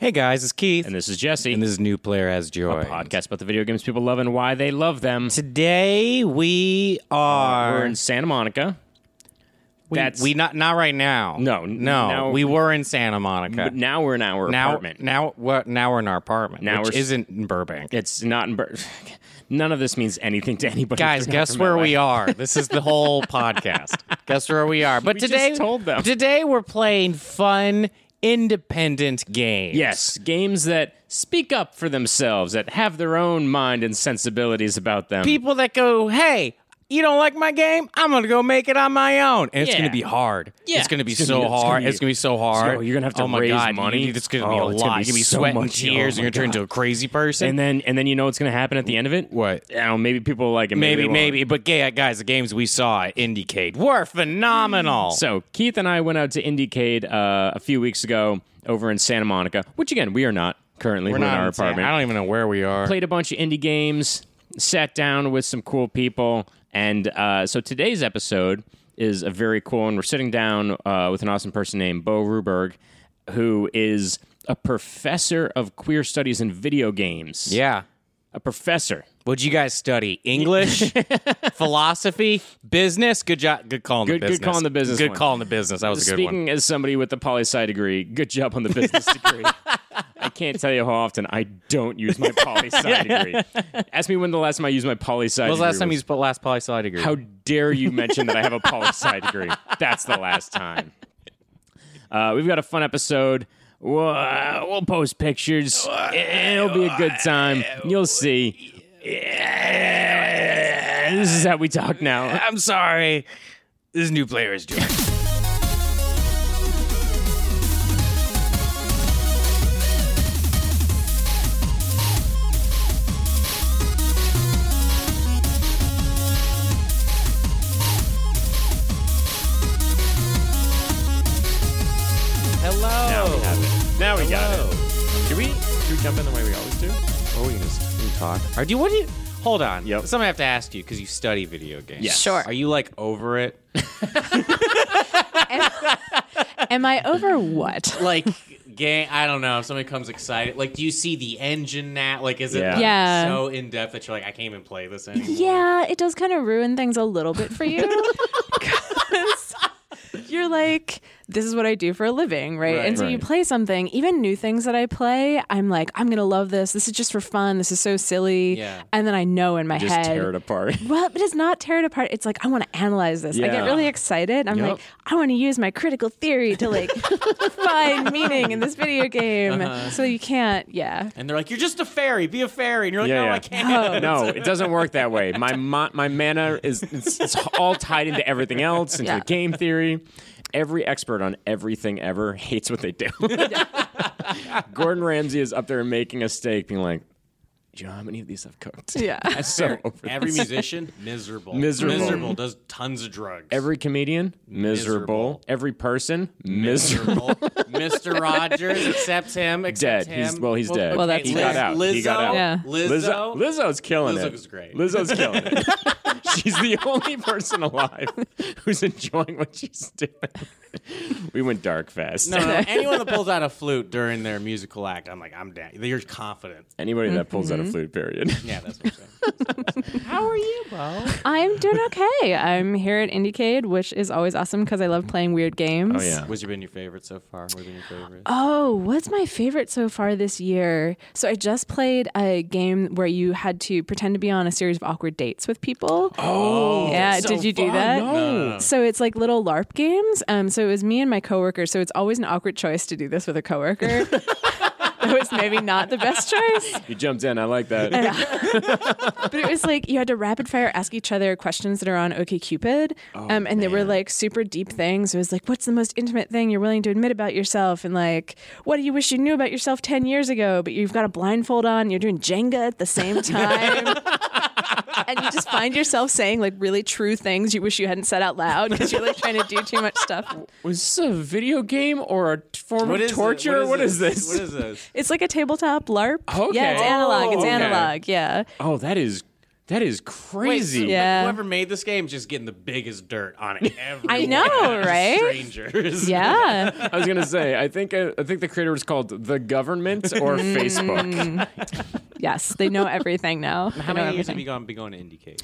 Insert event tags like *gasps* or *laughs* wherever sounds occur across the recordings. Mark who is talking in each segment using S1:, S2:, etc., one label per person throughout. S1: Hey guys, it's Keith.
S2: And this is Jesse,
S1: And this is New Player Has Joy.
S2: podcast about the video games people love and why they love them.
S1: Today we
S2: We're
S1: are
S2: in Santa Monica.
S1: we,
S2: Uh, that's-
S1: we not not right now.
S2: No, n-
S1: no,
S2: now-
S1: we were in Santa Monica.
S2: But now we're in our
S1: now,
S2: apartment.
S1: now what? Now we're in our apartment.
S2: Now
S1: which
S2: we're s-
S1: isn't in Burbank.
S2: it's not in Bur- *laughs* None of this means anything to anybody.
S1: Guys,
S2: They're not
S1: guess
S2: from
S1: where
S2: LA.
S1: we are? This is the whole *laughs* podcast. Guess where we are? But
S2: We just
S1: today,
S2: told them.
S1: today we're playing fun, independent games.
S2: Yes, games that speak up for themselves, that have their own mind and sensibilities about them.
S1: people that go, "Hey, you don't like my game? I'm gonna go make it on my own," and it's
S2: Yeah.
S1: gonna be hard.
S2: Yeah.
S1: It's gonna be
S2: It's gonna
S1: so
S2: be- it's gonna
S1: hard.
S2: be-
S1: It's gonna be so hard.
S2: So you're gonna have to
S1: oh my
S2: raise
S1: God,
S2: money?
S1: You, it's gonna be a
S2: Oh,
S1: lot.
S2: it's gonna be
S1: you're gonna be
S2: so
S1: sweating
S2: much-
S1: tears.
S2: oh
S1: you're
S2: my
S1: gonna turn into a crazy person.
S2: and then and then you know what's going to happen at the end of it?
S1: What?
S2: I don't know, maybe people like it.
S1: maybe,
S2: they won't.
S1: maybe, but gay guys, the games we saw at Indiecade were phenomenal.
S2: So Keith and I went out to Indiecade uh, a few weeks ago over in Santa Monica, which again we are not currently. We're,
S1: We're not
S2: in our
S1: in San-
S2: apartment.
S1: I don't even know where we are.
S2: Played a bunch of indie games, sat down with some cool people, and uh, so today's episode is a very cool one. We're sitting down uh, with an awesome person named Bo Ruberg, who is a professor of queer studies in video games.
S1: yeah.
S2: a professor.
S1: What'd you guys study?
S2: *laughs*
S1: English, philosophy, business. Good job. Good call on
S2: Good-
S1: the
S2: good
S1: business.
S2: call on the business
S1: Good
S2: one.
S1: call on the business. That was a good one.
S2: Speaking as somebody with a poli sci degree, good job on the
S1: *laughs*
S2: business degree. I can't tell you how often I don't use my poli
S1: *laughs*
S2: sci degree. Ask me when the last time I used my poli sci.
S1: When was the last time you used last poli sci degree?
S2: How dare you mention that I have a poli sci degree? That's the last time. Uh, we've got a fun episode. We'll, uh, we'll post pictures. It'll be a good time. You'll see. Yeah. This is how we talk now.
S1: I'm sorry. This new player is doing. Hello.
S2: Now we got it.
S1: Do we
S2: Should we jump in the way we always do? Or are Oh, we just talk?
S1: Are you what do you Hold on.
S2: Yep.
S1: Something I have to ask you because you study video games.
S2: Yes.
S3: Sure.
S1: Are you like over it?
S3: Am I over what?
S1: like game i don't know if somebody comes excited like do you see the engine now like is it
S2: Yeah.
S1: like,
S3: Yeah.
S1: so in-depth that you're like i can't even play this anymore
S3: Yeah, it does kind of ruin things a little bit for you. 'Cause you're like, this is what I do for a living, right?
S1: Right.
S3: and so you
S2: Right.
S3: play something, even new things that I play, I'm like, I'm going to love this. This is just for fun. This is so silly.
S1: Yeah.
S3: And then I know in my
S2: Just
S3: head.
S2: tear it apart.
S3: Well, but it's not tear it apart. It's like I want to analyze this. I
S2: Yeah.
S3: get really excited. I'm
S2: Yup.
S3: like, I want to use my critical theory to like find meaning in this video game. So you can't, yeah.
S1: and they're like you're just a fairy be a fairy and you're like
S2: Yeah,
S1: no
S2: yeah.
S1: i can't
S2: no,
S1: *laughs*
S2: it doesn't work that way. My ma- my mana is it's, it's all tied into everything else, into
S3: Yeah.
S2: game theory. Every expert on everything ever *laughs* hates what they
S3: *laughs*
S2: do. Gordon Ramsay is up there making a steak, being like, "Do you know how many of these I've cooked?" *laughs*
S3: Yeah.
S2: I'm
S3: *laughs*
S2: so over
S1: every musician miserable
S2: Miserable.
S1: miserable does tons of drugs
S2: Every comedian miserable.
S1: Miserable.
S2: Every person miserable.
S1: miserable mr rogers accepts him accepts
S2: Dead.
S1: him
S2: He's- well, he's dead.
S3: Well, that's
S1: Liz-
S3: He got
S2: out.
S1: lizzo
S2: He got out.
S3: Yeah.
S1: lizzo,
S2: Lizzo's killing it.
S1: Lizzo's great. *laughs*
S2: Lizzo's killing it. she's the only person alive who's enjoying what she's doing. we went dark fast.
S1: No, no, no. anyone that pulls out a flute during their musical act, I'm like, I'm down. You're confident.
S2: Anybody that pulls
S3: Mm-hmm.
S2: out a flute, period.
S1: Yeah, that's what I'm saying. How are you, Bo?
S3: I'm
S2: *laughs*
S3: doing okay. I'm here at Indiecade, which is always awesome because I love playing weird games.
S2: Oh *laughs* yeah.
S1: What's your- been your favorite so far? What's been your favorite?
S3: Oh, what's my favorite so far this year? So I just played a game where you had to pretend to be on a series of awkward dates with people. Oh, yeah.
S2: so
S3: Did you do
S2: fun.
S3: that?
S2: No.
S3: So it's like little LARP games. Um, so it was me and my coworker. So it's always an awkward choice to do this with a coworker. *laughs* That was maybe not the best choice,
S2: You jumped in. I like
S3: *laughs*
S2: that.
S3: but it was like you had to rapid fire ask each other questions that are on OkCupid,
S2: Oh,
S3: um, and they were like super deep things. It was like, what's the most intimate thing you're willing to admit about yourself, and like, what do you wish you knew about yourself ten years ago? But you've got a blindfold on, you're doing Jenga at the
S2: *laughs*
S3: same time. And you just find yourself saying like really true things you wish you hadn't said out loud because you're like trying to do too much stuff.
S2: Was this a video game or a t- form of torture?
S1: What is,
S2: this?
S1: What is this?
S3: It's like a tabletop LARP.
S2: Okay.
S3: Yeah, it's analog.
S2: Oh,
S3: It's
S2: okay.
S3: analog. Yeah.
S2: oh, that is That is crazy.
S1: Wait, so
S3: Yeah.
S1: Whoever made this game just getting the biggest dirt on everyone.
S3: *laughs*
S1: *laughs*
S3: I know, right?
S1: Strangers.
S3: Yeah.
S2: I was gonna say, I think uh, I think the creator was called the government or
S3: Mm. *laughs*
S2: Facebook.
S3: yes, they know everything now. They
S1: How
S3: know
S1: many years have
S3: everything.
S1: you gone, been going to Indicate?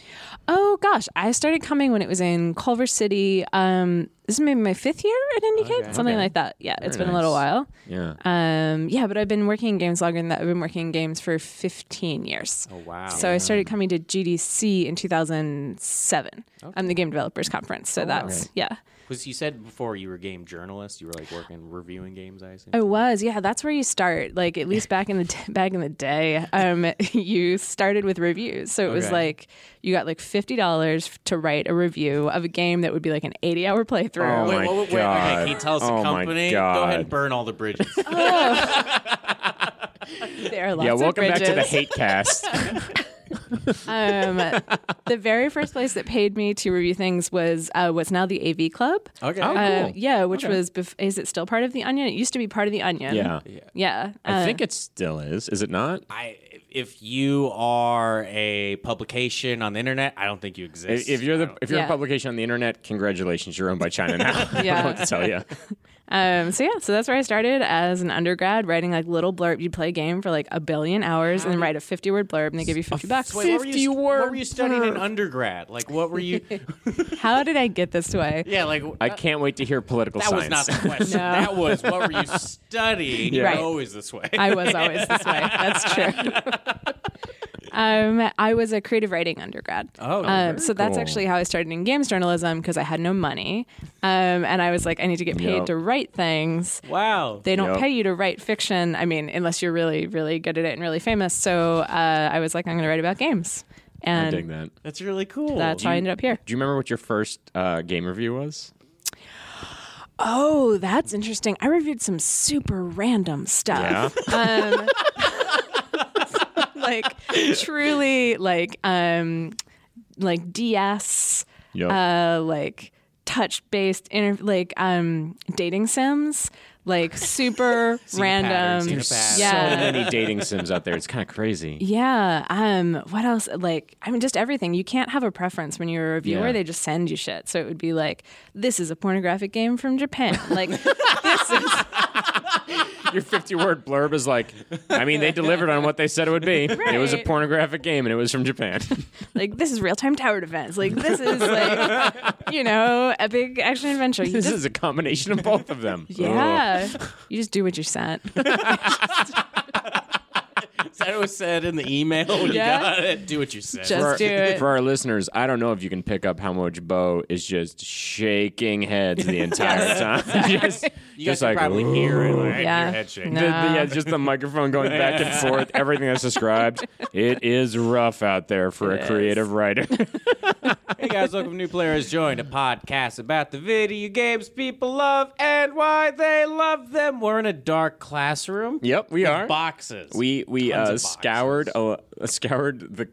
S3: Oh gosh, I started coming when it was in Culver City. Um, this is maybe my fifth year at IndieCade, something like that. Yeah, it's been a little while.
S2: Yeah.
S3: Um, yeah, but I've been working in games longer than that. I've been working in games for 15 years.
S1: Oh, wow.
S3: So I started coming to GDC in 2007. I'm the game developers conference.
S1: Oh,
S3: So that was, yeah.
S1: Was you said before you were a game journalist? You were like working reviewing games, I assume.
S3: I was, yeah. That's where you start. Like at least back in the d- back in the day, um, *laughs* you started with reviews. So it was
S1: Okay.
S3: like you got like fifty dollars to write a review of a game that would be like an eighty-hour playthrough.
S2: Oh my God.
S1: Okay, can you tell us
S2: Oh
S1: the
S2: my
S1: company? Go
S2: God.
S1: ahead and burn all the
S3: *laughs*
S1: bridges.
S3: There are lots
S2: yeah,
S3: of
S2: welcome back to the
S3: bridges.
S2: hate
S3: *laughs*
S2: cast.
S3: um, the very first place that paid me to review things was uh, what's now the AV Club.
S2: Oh,
S1: okay.
S3: Uh, yeah, which was bef- is it still part of the Onion? It used to be part of the Onion.
S2: yeah.
S3: yeah.
S2: I
S3: uh,
S2: think it still is. Is it not?
S1: I, if you are a publication on the internet, I don't think you exist.
S2: If if you're
S1: I
S2: the
S1: don't-
S2: if you're
S3: Yeah.
S2: a publication on the internet, congratulations, you're owned by China
S3: *laughs*
S2: now. *laughs*
S3: Yeah.
S2: So yeah.
S3: Um, so yeah, so that's where I started as an undergrad, writing like little blurb. You'd play a game for like a billion hours and then write a fifty-word blurb, and they give you fifty bucks.
S1: Wait, what were you, what were you studying in undergrad? Like, what were
S3: *laughs*
S1: you?
S3: How did I get this way?
S1: yeah, like
S2: I can't wait to hear political
S1: Uh, that was
S2: science.
S1: not the
S2: *laughs*
S1: question.
S3: No.
S1: That was what were you studying?
S3: Right.
S1: You're always this way.
S3: I was always this way. That's true.
S2: *laughs*
S3: um, I was a creative writing undergrad.
S1: Oh,
S3: um, so that's
S2: cool.
S3: actually how I started in games journalism because I had no money, um, and I was like, I need to get paid
S2: Yep.
S3: to write things.
S1: wow.
S3: They don't
S2: Yep.
S3: pay you to write fiction. I mean, unless you're really, really good at it and really famous. So uh, I was like, I'm going to write about games,
S2: I
S3: and
S2: dig that.
S1: That's really cool.
S3: that's how I ended up here.
S2: Do you remember what your first uh, game review
S3: *laughs*
S2: was?
S3: Oh, that's interesting. I reviewed some super random stuff. Um, *laughs* like truly like um like DS
S2: Yep.
S3: uh like touch based inter- like um dating sims like super
S1: patterns,
S3: random
S1: seen a pattern.
S2: So
S3: yeah
S2: many dating sims out there. It's kind of
S3: *laughs*
S2: crazy.
S3: yeah um what else like i mean just everything you can't have a preference when you're a reviewer
S2: Yeah.
S3: they just send you shit so it would be like this is a pornographic game from japan like this is
S2: Your 50 word blurb is like, I mean, they delivered on what they said it would be. It was a
S3: Right.
S2: pornographic game and it was from Japan. *laughs*
S3: like this is real time tower defense. Like this is like you know epic action adventure. You
S2: this
S3: just,
S2: is oh. a combination of both of them.
S3: yeah, you just do what you're sent.
S1: Is that was said in the email when
S3: Yeah.
S1: you got it. Do what you said.
S3: Just-
S2: For our,
S3: do it.
S2: for our listeners, I don't know if you can pick up how much Bo is just shaking heads the entire time. just
S1: you guys
S2: just
S1: can
S2: like,
S1: probably
S2: "Ooh."
S1: hear it. Like,
S3: Yeah.
S1: Your head shake.
S3: No.
S2: The- uh, the- yeah, just the microphone going back and forth, everything that's described. It is rough out there for
S3: It
S2: a
S3: is.
S2: creative writer.
S1: Hey guys, welcome to New Players Joined, a podcast about the video games people love and why they love them. We're in a dark classroom.
S2: yep, we
S1: With
S2: are.
S1: Boxes.
S2: We
S1: Tons
S2: we
S1: of
S2: uh,
S1: boxes.
S2: scoured uh, scoured the.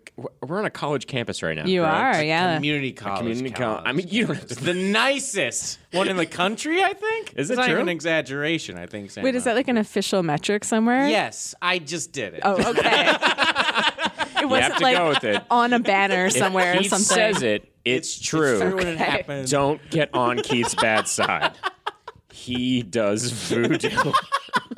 S2: We're on a college campus right now.
S3: You
S2: correct?
S3: are, yeah.
S1: Community college.
S2: Community co-
S1: college.
S2: I mean, you don't have
S1: *laughs*
S2: to.
S1: the nicest one in the country, I think.
S2: Is
S1: it's
S2: it
S1: not
S2: true?
S1: even an exaggeration, I think. Sam.
S3: Wait, is that like an official metric somewhere?
S1: Yes, I just did it.
S3: Oh,
S2: *laughs*
S3: okay. it
S2: You have
S3: wasn't
S2: to
S3: like
S2: go with it.
S3: on
S2: *laughs*
S3: a banner
S2: If
S3: somewhere or
S2: Keith
S3: something.
S2: says it. It's, true.
S1: when it happens.
S2: Don't get on Keith's bad side. He does voodoo.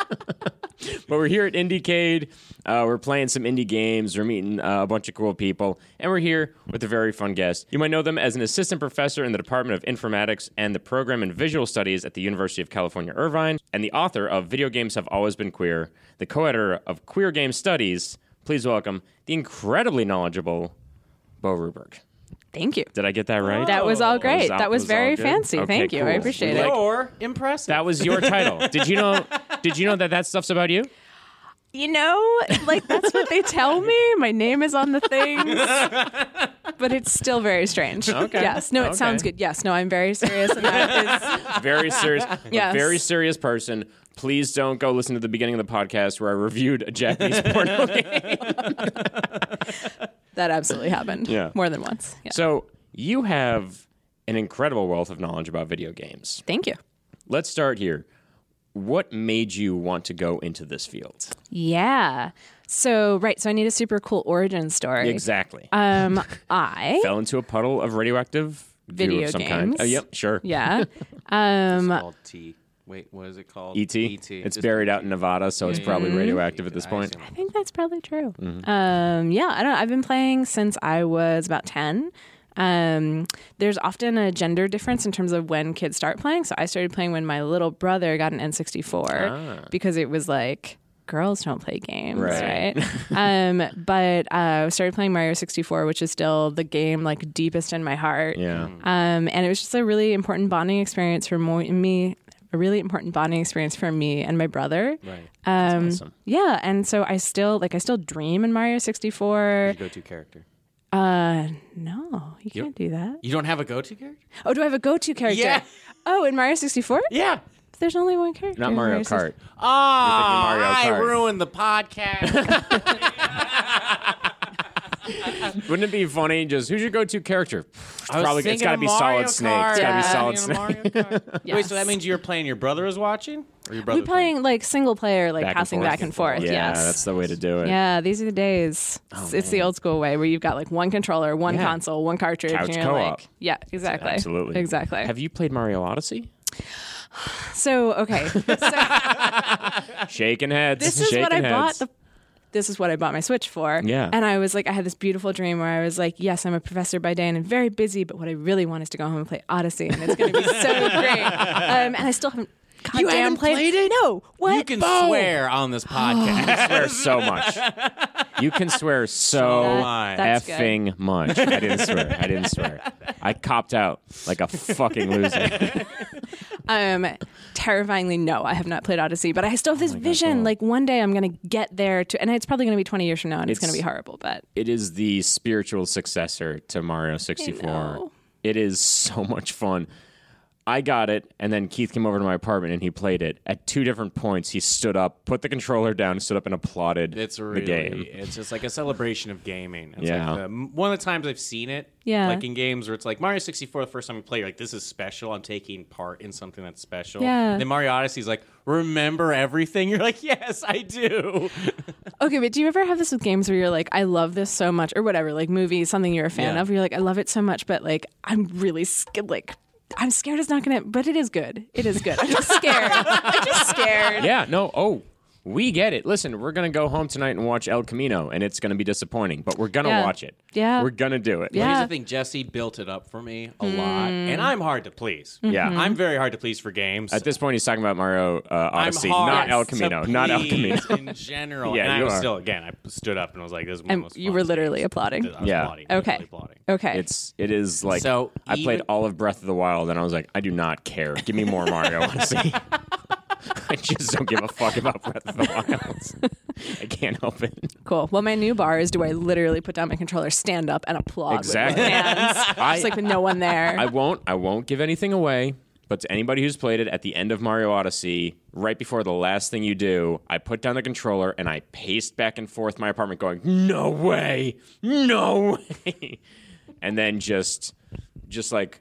S2: but we're here at IndieCade. Uh, we're playing some indie games. We're meeting uh, a bunch of cool people. And we're here with a very fun guest. You might know them as an assistant professor in the Department of Informatics and the Program in Visual Studies at the University of California, Irvine, and the author of Video Games Have Always Been Queer, the co editor of Queer Game Studies. Please welcome the incredibly knowledgeable Bo Ruberg.
S3: Thank you.
S2: Did I get Oh, that right?
S3: That was all great.
S2: all-
S3: that was
S2: was all
S3: very
S2: good?
S3: fancy.
S2: Okay,
S3: Thank you. I
S2: cool.
S3: appreciate
S2: We
S3: it.
S2: like-
S1: Or impressive.
S2: That was your
S3: *laughs*
S2: title. Did you know? Did you know that that stuff's about you?
S3: You know, like that's what they tell me. My name is on
S2: *laughs*
S3: the things. But it's still very strange.
S2: Okay.
S3: Yes. No, it
S2: Okay.
S3: sounds good. Yes. No, I'm very serious.
S2: *laughs*
S3: And that is
S2: Very serious.
S3: Yes.
S2: A very serious person. Please don't go listen to the beginning of the podcast where I reviewed a Japanese
S3: *laughs*
S2: porno game.
S3: That absolutely happened.
S2: Yeah.
S3: More than once. Yeah.
S2: So you have an incredible wealth of knowledge about video games.
S3: Thank you.
S2: Let's start here. what made you want to go into this field?
S3: Yeah. So right, so I need a super cool origin story.
S2: Exactly.
S3: Um, I
S2: Fell into a puddle of radioactive goo
S3: Video
S2: of some kind.
S3: games.
S2: Oh, yep, sure.
S3: yeah. Um,
S1: called T. Wait, what is it called? E
S2: ET.
S1: ET.
S2: E It's buried out in Nevada, so it's probably
S3: Mm-hmm.
S2: radioactive at this point.
S3: I think that's probably true. Um, yeah, I don't. I've been playing since I was about ten. Um, there's often a gender difference in terms of when kids start playing. So I started playing when my little brother got an N64 because it was like girls don't play games,
S2: Right.
S3: right? um, but uh, I started playing Mario 64, which is still the game like deepest in my heart.
S2: Yeah.
S3: Um, and it was just a really important bonding experience for mo- me, a really important bonding experience for me and my brother.
S1: Right.
S3: Um,
S2: awesome.
S3: Yeah, and so I still like I still dream in Mario 64.
S1: Your go-to character.
S3: Uh, no, you can't do that.
S1: You don't have a go-to character?
S3: Oh, do I have a go-to character?
S1: Yeah.
S3: Oh, in Mario 64,
S1: Yeah.
S3: there's only one character.
S2: Not
S3: in
S2: Mario Kart.
S3: 64.
S1: Oh, Ah, I
S2: Mario Kart.
S1: ruined the *laughs* podcast.
S2: Wouldn't it be funny? Just who's your go-to character? It's
S1: I was
S2: probably it's
S1: thinking
S2: got to be
S1: of Mario
S2: Solid Snake. It's got to
S3: Yeah.
S2: be Solid
S1: Thinking
S2: Snake.
S1: of
S2: *laughs*
S1: Mario Kart. Wait, so that
S3: Yes.
S1: means you're playing your brother is watching? Or your brother
S3: We're playing like single player, like passing back and forth.
S2: Yeah,
S3: yes.
S2: that's the way to do it.
S3: yeah, these are the days. It's- it's the old school way where you've got like one controller, one
S2: Yeah.
S3: console, one cartridge.
S2: Couch
S3: and you're
S2: co-op.
S3: like, yeah, exactly.
S2: Absolutely.
S3: Exactly.
S2: Have you played Mario Odyssey? *laughs*
S3: so, okay. So,
S2: Shaking heads.
S3: this is
S2: shaking
S3: what I bought
S2: heads.
S3: the this is what I bought my Switch for.
S2: Yeah.
S3: And I was like, I had this beautiful dream where I was like, yes, I'm a professor by day and I'm very busy, but what I really want is to go home and play Odyssey and it's going to
S1: *laughs*
S3: be so great. Um, and I still haven't.
S1: You
S3: goddamn
S1: haven't played it?
S3: No. What?
S1: You can
S3: Bo?
S1: swear on *gasps* this podcast.
S2: I swear so much. You can swear
S1: So
S2: so
S1: much.
S3: Oh *laughs* That's good.
S2: effing much. I didn't swear. I didn't swear. I copped out like a fucking loser.
S3: Um, terrifyingly, no, I have not played Odyssey, but I still have
S1: Oh
S3: this vision. Like one day I'm going to get there to, and it's probably going to be 20 years from now and it's,
S2: It's-
S3: going to be horrible, but
S2: It is the spiritual successor to Mario 64.
S3: know.
S2: It is so much fun. I got it, and then Keith came over to my apartment and he played it. At two different points, he stood up, put the controller down, stood up, and applauded
S1: It's
S2: the
S1: really,
S2: game.
S1: it's just like a celebration of gaming. It's
S2: Yeah.
S1: like the, m- one of the times I've seen it,
S3: Yeah.
S1: like in games where it's like Mario 64, the first time you play, you're like, this is special. I'm taking part in something that's special.
S3: Yeah.
S1: Then Mario Odyssey's like, remember everything? *laughs* You're like, yes, I do.
S3: Okay, but do you ever have this with games where you're like, I love this so much, or whatever, like movies, something you're a fan
S1: Yeah.
S3: of? You're like, I love it so much, but like, I'm really scared. Like, I'm scared it's not gonna, but it is good. It is good. I'm just scared. I'm just scared.
S2: Yeah, no, oh, we get it. Listen, we're going to go home tonight and watch El Camino, and it's going to be disappointing, but we're going to
S3: Yeah.
S2: watch it.
S3: Yeah.
S2: We're going to do it.
S3: Yeah. Mm.
S1: Here's the thing, Jesse built it up for me a lot, and I'm hard to please.
S3: Mm-hmm.
S2: Yeah.
S1: I'm very hard to please for games.
S2: At this point, he's talking about Mario uh,
S1: I'm
S2: Odyssey,
S1: hard
S2: not El
S1: to
S2: Camino, not El Camino.
S1: please in *laughs* general.
S2: Yeah,
S1: and I
S2: you
S1: was
S2: are.
S1: still again. I stood up and was like, "This is one
S3: And
S1: of the most
S3: you
S1: fun
S3: were
S1: games.
S3: literally applauding.
S1: I was
S2: Yeah.
S1: applauding,
S3: Okay.
S1: literally applauding.
S3: Okay.
S2: It's it is like
S1: So,
S2: I played
S1: even-
S2: all of Breath of the Wild, and I was like, I do not care. Give me more Mario Odyssey. I just don't give a fuck about Breath of the Wild. I can't help it.
S3: cool. Well, my new bar is do I literally put down my controller, stand up, and applaud
S2: Exactly.
S3: with my hands,
S2: I-
S3: just like with no one there.
S2: I won't. I won't give anything away. But to anybody who's played it, at the end of Mario Odyssey, right before the last thing you do, I put down the controller and I paced back and forth my apartment, going, "No way, no way," and then just, just like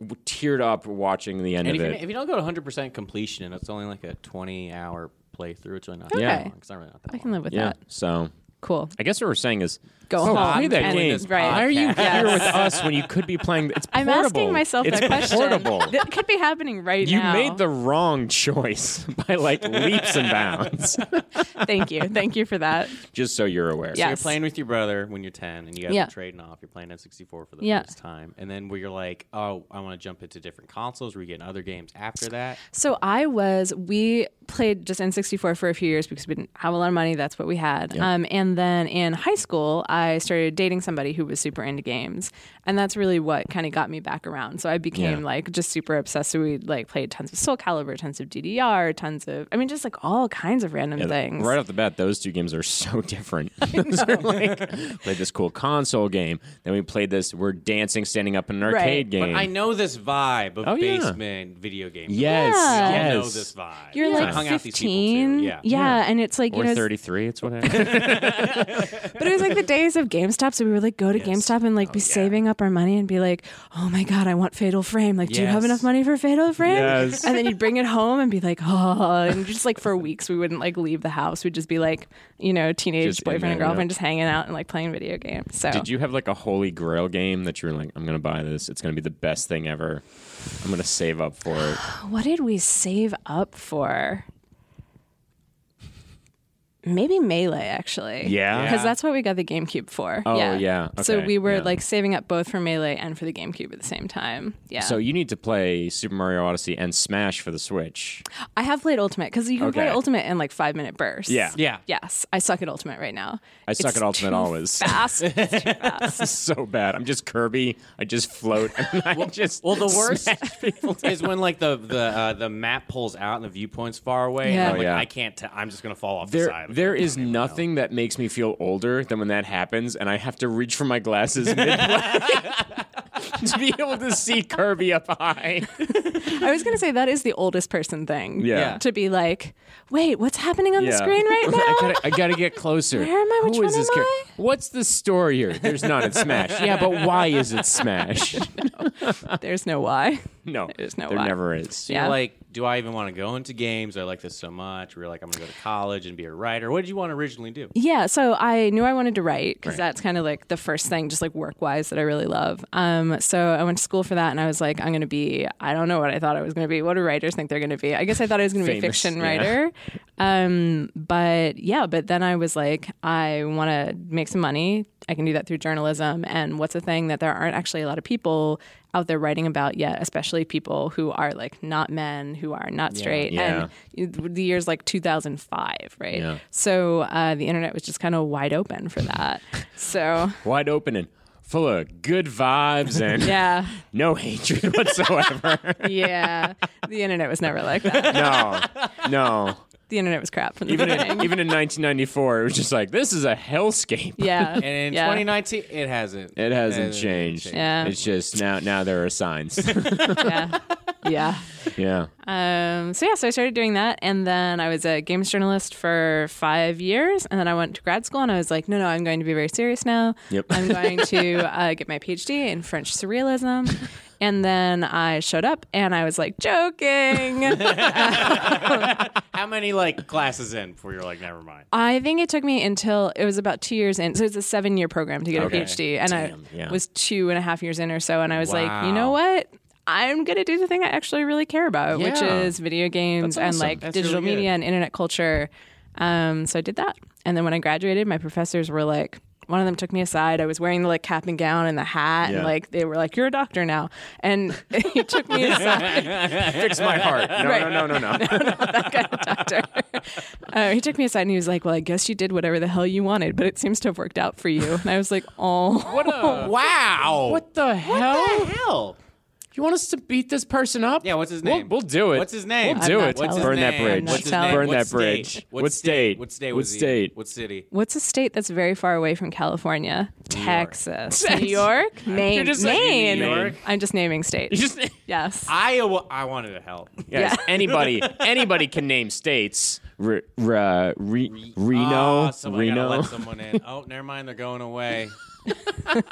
S2: w- teared up watching the end
S1: And
S2: of
S1: if,
S2: it.
S1: you, if you don't go to 100 percent completion, and it's only like a 20 hour playthrough, it's really not.
S2: Yeah.
S1: that long. It's not really not that
S3: I can
S1: long.
S3: live with
S2: yeah.
S3: that.
S2: So
S3: Cool.
S2: I guess what we're saying is,
S3: Go
S2: oh,
S3: home.
S2: Play that
S3: and-
S2: game.
S3: Right.
S2: Why are you
S3: Yes.
S2: here with us when you could be playing? It's
S3: I'm
S2: portable.
S3: asking myself
S2: it's
S3: that question. *laughs*
S2: portable.
S3: That could be happening right
S2: You
S3: now.
S2: made the wrong choice *laughs* by like leaps and bounds.
S3: Thank you. Thank you for that.
S2: *laughs* Just so you're aware.
S3: Yeah.
S1: You're
S3: Yes.
S1: playing with your brother when you're 10, and you guys
S3: Yeah.
S1: are trading off. You're playing N64 for the
S3: Yeah.
S1: first time, and then where you're like, "Oh, I want to jump into different consoles. We're getting other games after that."
S3: So I was, we played just N64 for a few years because we didn't have a lot of money. That's what we had. Um, and then in high school, I started dating somebody who was super into games. And that's really what kind of got me back around. So I became
S2: Yeah.
S3: like just super obsessed. So we like played tons of Soul Calibur, tons of DDR, tons of, I mean, just like all kinds of random things.
S2: Right off the bat, those two games are so *laughs* different. Those
S3: *laughs*
S2: are like, played this cool console game, then we played this we're dancing standing up in an
S3: Right.
S2: arcade
S1: But
S2: game.
S1: I know this vibe of
S2: Oh, yeah.
S1: basement video game.
S2: yes,
S3: Yeah.
S1: I
S2: yes.
S1: know this vibe.
S3: You're
S1: I
S3: like
S1: hung out with these people too.
S3: 15.
S1: Yeah.
S3: yeah. And it's like,
S2: Or
S3: *laughs* you know,
S2: 33, it's whatever.
S3: But it was like the days days of GameStop, so we would like go to GameStop and
S2: Oh,
S3: like be saving up our money and be like, "Oh my god, I want Fatal Frame! Like, do you have
S1: Yes.
S3: enough money for Fatal Frame?"
S2: Yes.
S3: And then you'd bring it home and be like, *laughs* "Oh," and just like for weeks we wouldn't like leave the house. We'd just be like, you know, teenage
S2: Just in
S3: boyfriend and
S2: there, yeah.
S3: girlfriend just hanging out and like playing video games. So
S2: Did you have like a holy grail game that you were like, I'm going to buy this. It's going to be the best thing ever. I'm going to save up for
S3: *gasps*
S2: it.
S3: What did we save up for? Maybe Melee, actually.
S2: Yeah.
S3: Because that's what we got the GameCube for.
S2: Oh, yeah.
S3: So
S2: Okay.
S3: we were
S2: Yeah.
S3: like saving up both for Melee and for the GameCube at the same time. Yeah.
S2: So you need to play Super Mario Odyssey and Smash for the Switch.
S3: I have played Ultimate because you can play
S2: Okay.
S3: Ultimate in like five minute bursts.
S2: Yeah.
S1: Yeah.
S3: Yes. I suck at Ultimate right now.
S2: I suck
S3: It's
S2: at Ultimate
S3: too
S2: always. *laughs*
S3: Fast. It's too fast.
S2: It's so bad. I'm just Kirby. I just float. And
S3: *laughs*
S2: I just
S1: Well, the worst *laughs* is when like the the uh, the map pulls out and the viewpoint's far away. And
S3: Yeah.
S1: I'm
S3: Oh,
S1: like,
S2: yeah.
S1: I can't. T- I'm just gonna fall off the
S2: There,
S1: side.
S2: there is nothing that makes me feel older than when that happens, and I have to reach for my glasses
S3: *laughs*
S2: midway *laughs* to be able to see Kirby up high.
S3: I was going to say that is the oldest person thing.
S2: Yeah.
S3: To be like, wait, what's happening on the screen right now?
S2: *laughs* I gotta, I gotta get closer.
S3: Where am I? Which
S2: Who is
S3: one
S2: this
S3: am
S2: char-
S3: I?
S2: What's the story here? There's none. It's Smash. Yeah, but why is it
S3: *laughs*
S2: Smash?
S3: There's no why.
S2: no,
S3: There's no
S2: there
S3: why.
S2: never is.
S1: You're
S3: Yeah.
S1: like, do I even want to go into games? I like this so much. We're like, I'm gonna go to college and be a writer. What did you want to originally do?
S3: Yeah, so I knew I wanted to write because that's kind of like the first thing, just like work wise, that I really love. Um, so I went to school for that, and I was like, I'm going to be. I don't know what I thought I was going to be. What do writers think they're going to be? I guess I thought I was going to be a
S2: Famous,
S3: fiction
S2: yeah.
S3: writer. Um, but yeah, but then I was like, I want to make some money. I can do that through journalism. And what's a thing that there aren't actually a lot of people out there writing about yet, especially people who are like not men, who are not straight,
S2: Yeah.
S3: and the year's like 2005, right?
S2: Yeah.
S3: So uh, the internet was just kind of wide open
S2: *laughs*
S3: for that. so
S2: Wide open and full of good vibes and
S3: yeah,
S2: no hatred
S3: *laughs*
S2: whatsoever.
S3: yeah, the internet was never like that.
S2: no, no.
S3: The internet was crap from the
S2: Even in,
S3: beginning.
S2: even in 1994, it was just like this is a hellscape. *laughs*
S3: yeah,
S1: And in
S3: yeah.
S1: 2019, it hasn't.
S2: It hasn't
S1: Uh,
S2: changed.
S3: Yeah.
S2: It's just now now there are signs. *laughs*
S3: yeah. yeah.
S2: yeah.
S3: Um, so yeah, so I started doing that, and then I was a games journalist for five years, and then I went to grad school, and I was like, no, no, I'm going to be very serious now.
S2: Yep.
S3: I'm going
S2: *laughs*
S3: to uh, get my PhD in French surrealism. And then I showed up and I was like, joking.
S1: How many like classes in before you're like, never mind?
S3: I think it took me until it was about two years in. So it's a seven year program to get
S2: Okay.
S3: a PhD. And
S2: Damn,
S3: I
S2: yeah.
S3: was two and a half years in or so. And I was like, you know
S1: Wow.
S3: what? I'm going to do the thing I actually really care about, which
S2: Yeah.
S3: is video games and
S2: awesome.
S3: like
S1: That's
S3: digital
S1: really good.
S3: media and internet culture. Um, so I did that. And then when I graduated, my professors were like, one of them took me aside. I was wearing the like cap and gown and the hat,
S2: Yeah.
S3: and like they were like, "You're a doctor now." And *laughs* he
S2: *laughs*
S3: took me aside.
S2: Fix my heart. No,
S3: Right.
S2: no, no, no,
S3: *laughs*
S2: no.
S3: that kind of doctor. *laughs* Uh, he took me aside and he was like, "Well, I guess you did whatever the hell you wanted, but it seems to have worked out for you." And I was like, "Oh,
S2: what a
S1: Wow.
S2: What the hell?
S1: the hell?
S2: You want us to beat this person up?
S1: Yeah, what's his
S2: We'll-
S1: name?
S2: We'll, do it.
S1: What's his name?
S2: We'll do
S3: I'm
S2: it.
S3: not telling.
S2: Burn that
S1: name?
S2: bridge.
S3: I'm not
S1: What's his
S3: telling.
S1: name?
S2: Burn
S1: What
S2: that
S1: state?
S2: bridge.
S1: What,
S2: What state?
S1: state? What state?
S2: What
S1: was he in?
S2: state? *laughs*
S1: What city?
S3: what's a state that's very far away from California? Texas, New *laughs* York, Maine,
S2: just like,
S3: Maine.
S2: New York.
S3: I'm just naming states.
S2: Just,
S3: yes,
S1: Iowa. I wanted to help.
S2: Guys, *laughs* anybody, anybody can name states. Re, re, re, Reno,
S1: Ah, someone I gotta
S2: Reno.
S1: let someone in. Oh, never mind. They're going
S2: *laughs*
S1: away. this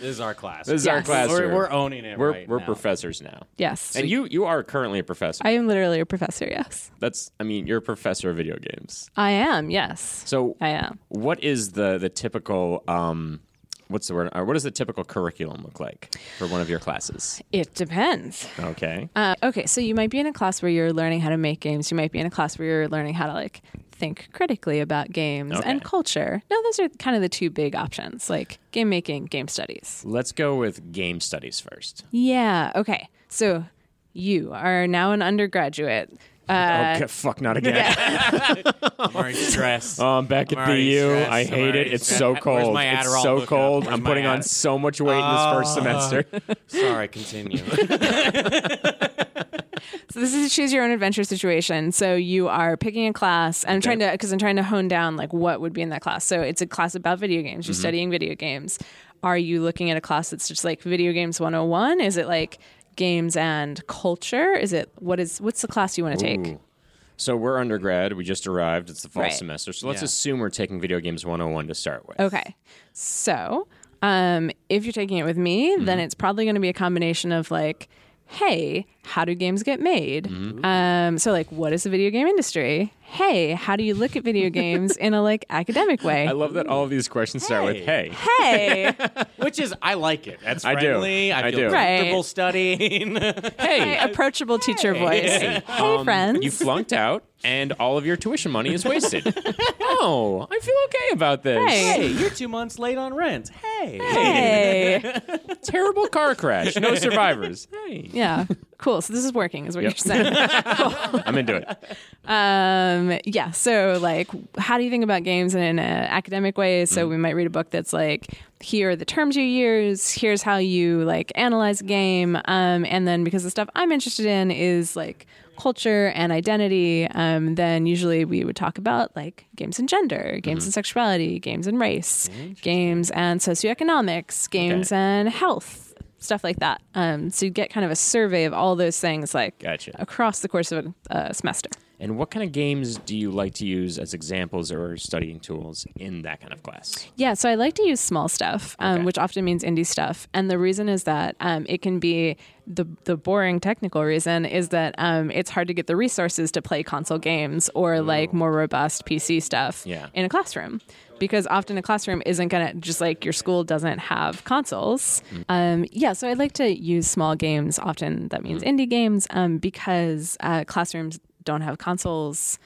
S1: is our class.
S2: This is our
S3: Yes.
S2: class.
S1: We're, we're owning it
S2: we're,
S1: right
S2: we're
S1: now.
S2: professors now.
S3: yes.
S2: And you you are currently a professor.
S3: I am literally a professor. Yes,
S2: That's I mean you're a professor of video games.
S3: I am. Yes,
S2: So
S3: I am.
S2: what is the the typical um what's the word or what does the typical curriculum look like for one of your classes?
S3: It depends.
S2: Okay.
S3: Uh, okay, so you might be in a class where you're learning how to make games. You might be in a class where you're learning how to like think critically about games
S2: Okay.
S3: and culture. No, those are kind of the two big options, like game making, game studies.
S2: Let's go with game studies first.
S3: Yeah. Okay. So you are now an undergraduate. Uh,
S2: oh, g- fuck, not again.
S1: I'm already stressed.
S2: *laughs* Oh, I'm back at
S1: I'm already
S2: BU.
S1: stressed.
S2: I
S1: I'm
S2: hate it.
S1: already
S2: It's
S1: stressed.
S2: so
S1: Where's
S2: cold.
S1: my
S2: it's
S1: Adderall
S2: so
S1: hookup?
S2: cold.
S1: Where's
S2: I'm
S1: my Oh.
S2: putting on
S1: Adder-
S2: so much weight in this first semester.
S1: *laughs* Sorry.
S2: *laughs*
S1: Continue.
S3: So this is a choose your own adventure situation. So you are picking a class, and I'm trying to because I'm trying to hone down like what would be in that class. So it's a class about video games. You're studying video games. Are you looking at a class that's just like video games 101? Is it like games and culture? Is it what is what's the class you want to take?
S2: Ooh. So we're undergrad. We just arrived. It's the fall
S3: Right.
S2: semester. So let's
S1: Yeah.
S2: assume we're taking video games 101 to start with.
S3: Okay. So, um, if you're taking it with me, then it's probably going to be a combination of like, hey, how do games get made? Um, so, like, what is the video game industry? Hey, how do you look at video games in a like academic *laughs* way?
S2: I love that all of these questions start with
S1: Hey.
S2: "Hey."
S3: hey,
S1: Which is, I like it. That's
S2: I do.
S1: friendly. I,
S2: I
S1: feel
S2: do.
S3: Right.
S1: comfortable studying.
S3: *laughs*
S1: *laughs*
S3: hey, approachable teacher voice. Hey, um, friends.
S2: You flunked out, and all of your tuition money is
S1: *laughs*
S2: wasted. oh, I feel okay about this.
S3: Hey.
S1: hey, you're two months late on rent. Hey.
S3: *laughs* hey.
S2: Terrible car crash. No survivors. Hey.
S3: yeah. Cool. So this is working, is what you're saying.
S2: I'm into it.
S3: Um, yeah. So, like, how do you think about games in an uh, academic way? So, we might read a book that's like, here are the terms you use. Here's how you like analyze a game. Um, and then because the stuff I'm interested in is like culture and identity, um, then usually we would talk about like games and gender, games and sexuality, games and race, games and socioeconomics, games and health. Stuff like that. Um, so you get kind of a survey of all those things, like
S2: Gotcha.
S3: across the course of a uh, semester.
S2: And what kind of games do you like to use as examples or studying tools in that kind of class?
S3: Yeah, so I like to use small stuff, um,
S2: Okay.
S3: which often means indie stuff, and the reason is that um, it can be the the boring technical reason is that um, it's hard to get the resources to play console games or like more robust PC stuff
S2: Yeah.
S3: in a classroom, because often a classroom isn't gonna just like your school doesn't have consoles.
S2: Mm.
S3: Um, yeah, so I like to use small games often. That
S2: Mm.
S3: means indie games um, because uh, classrooms don't have consoles.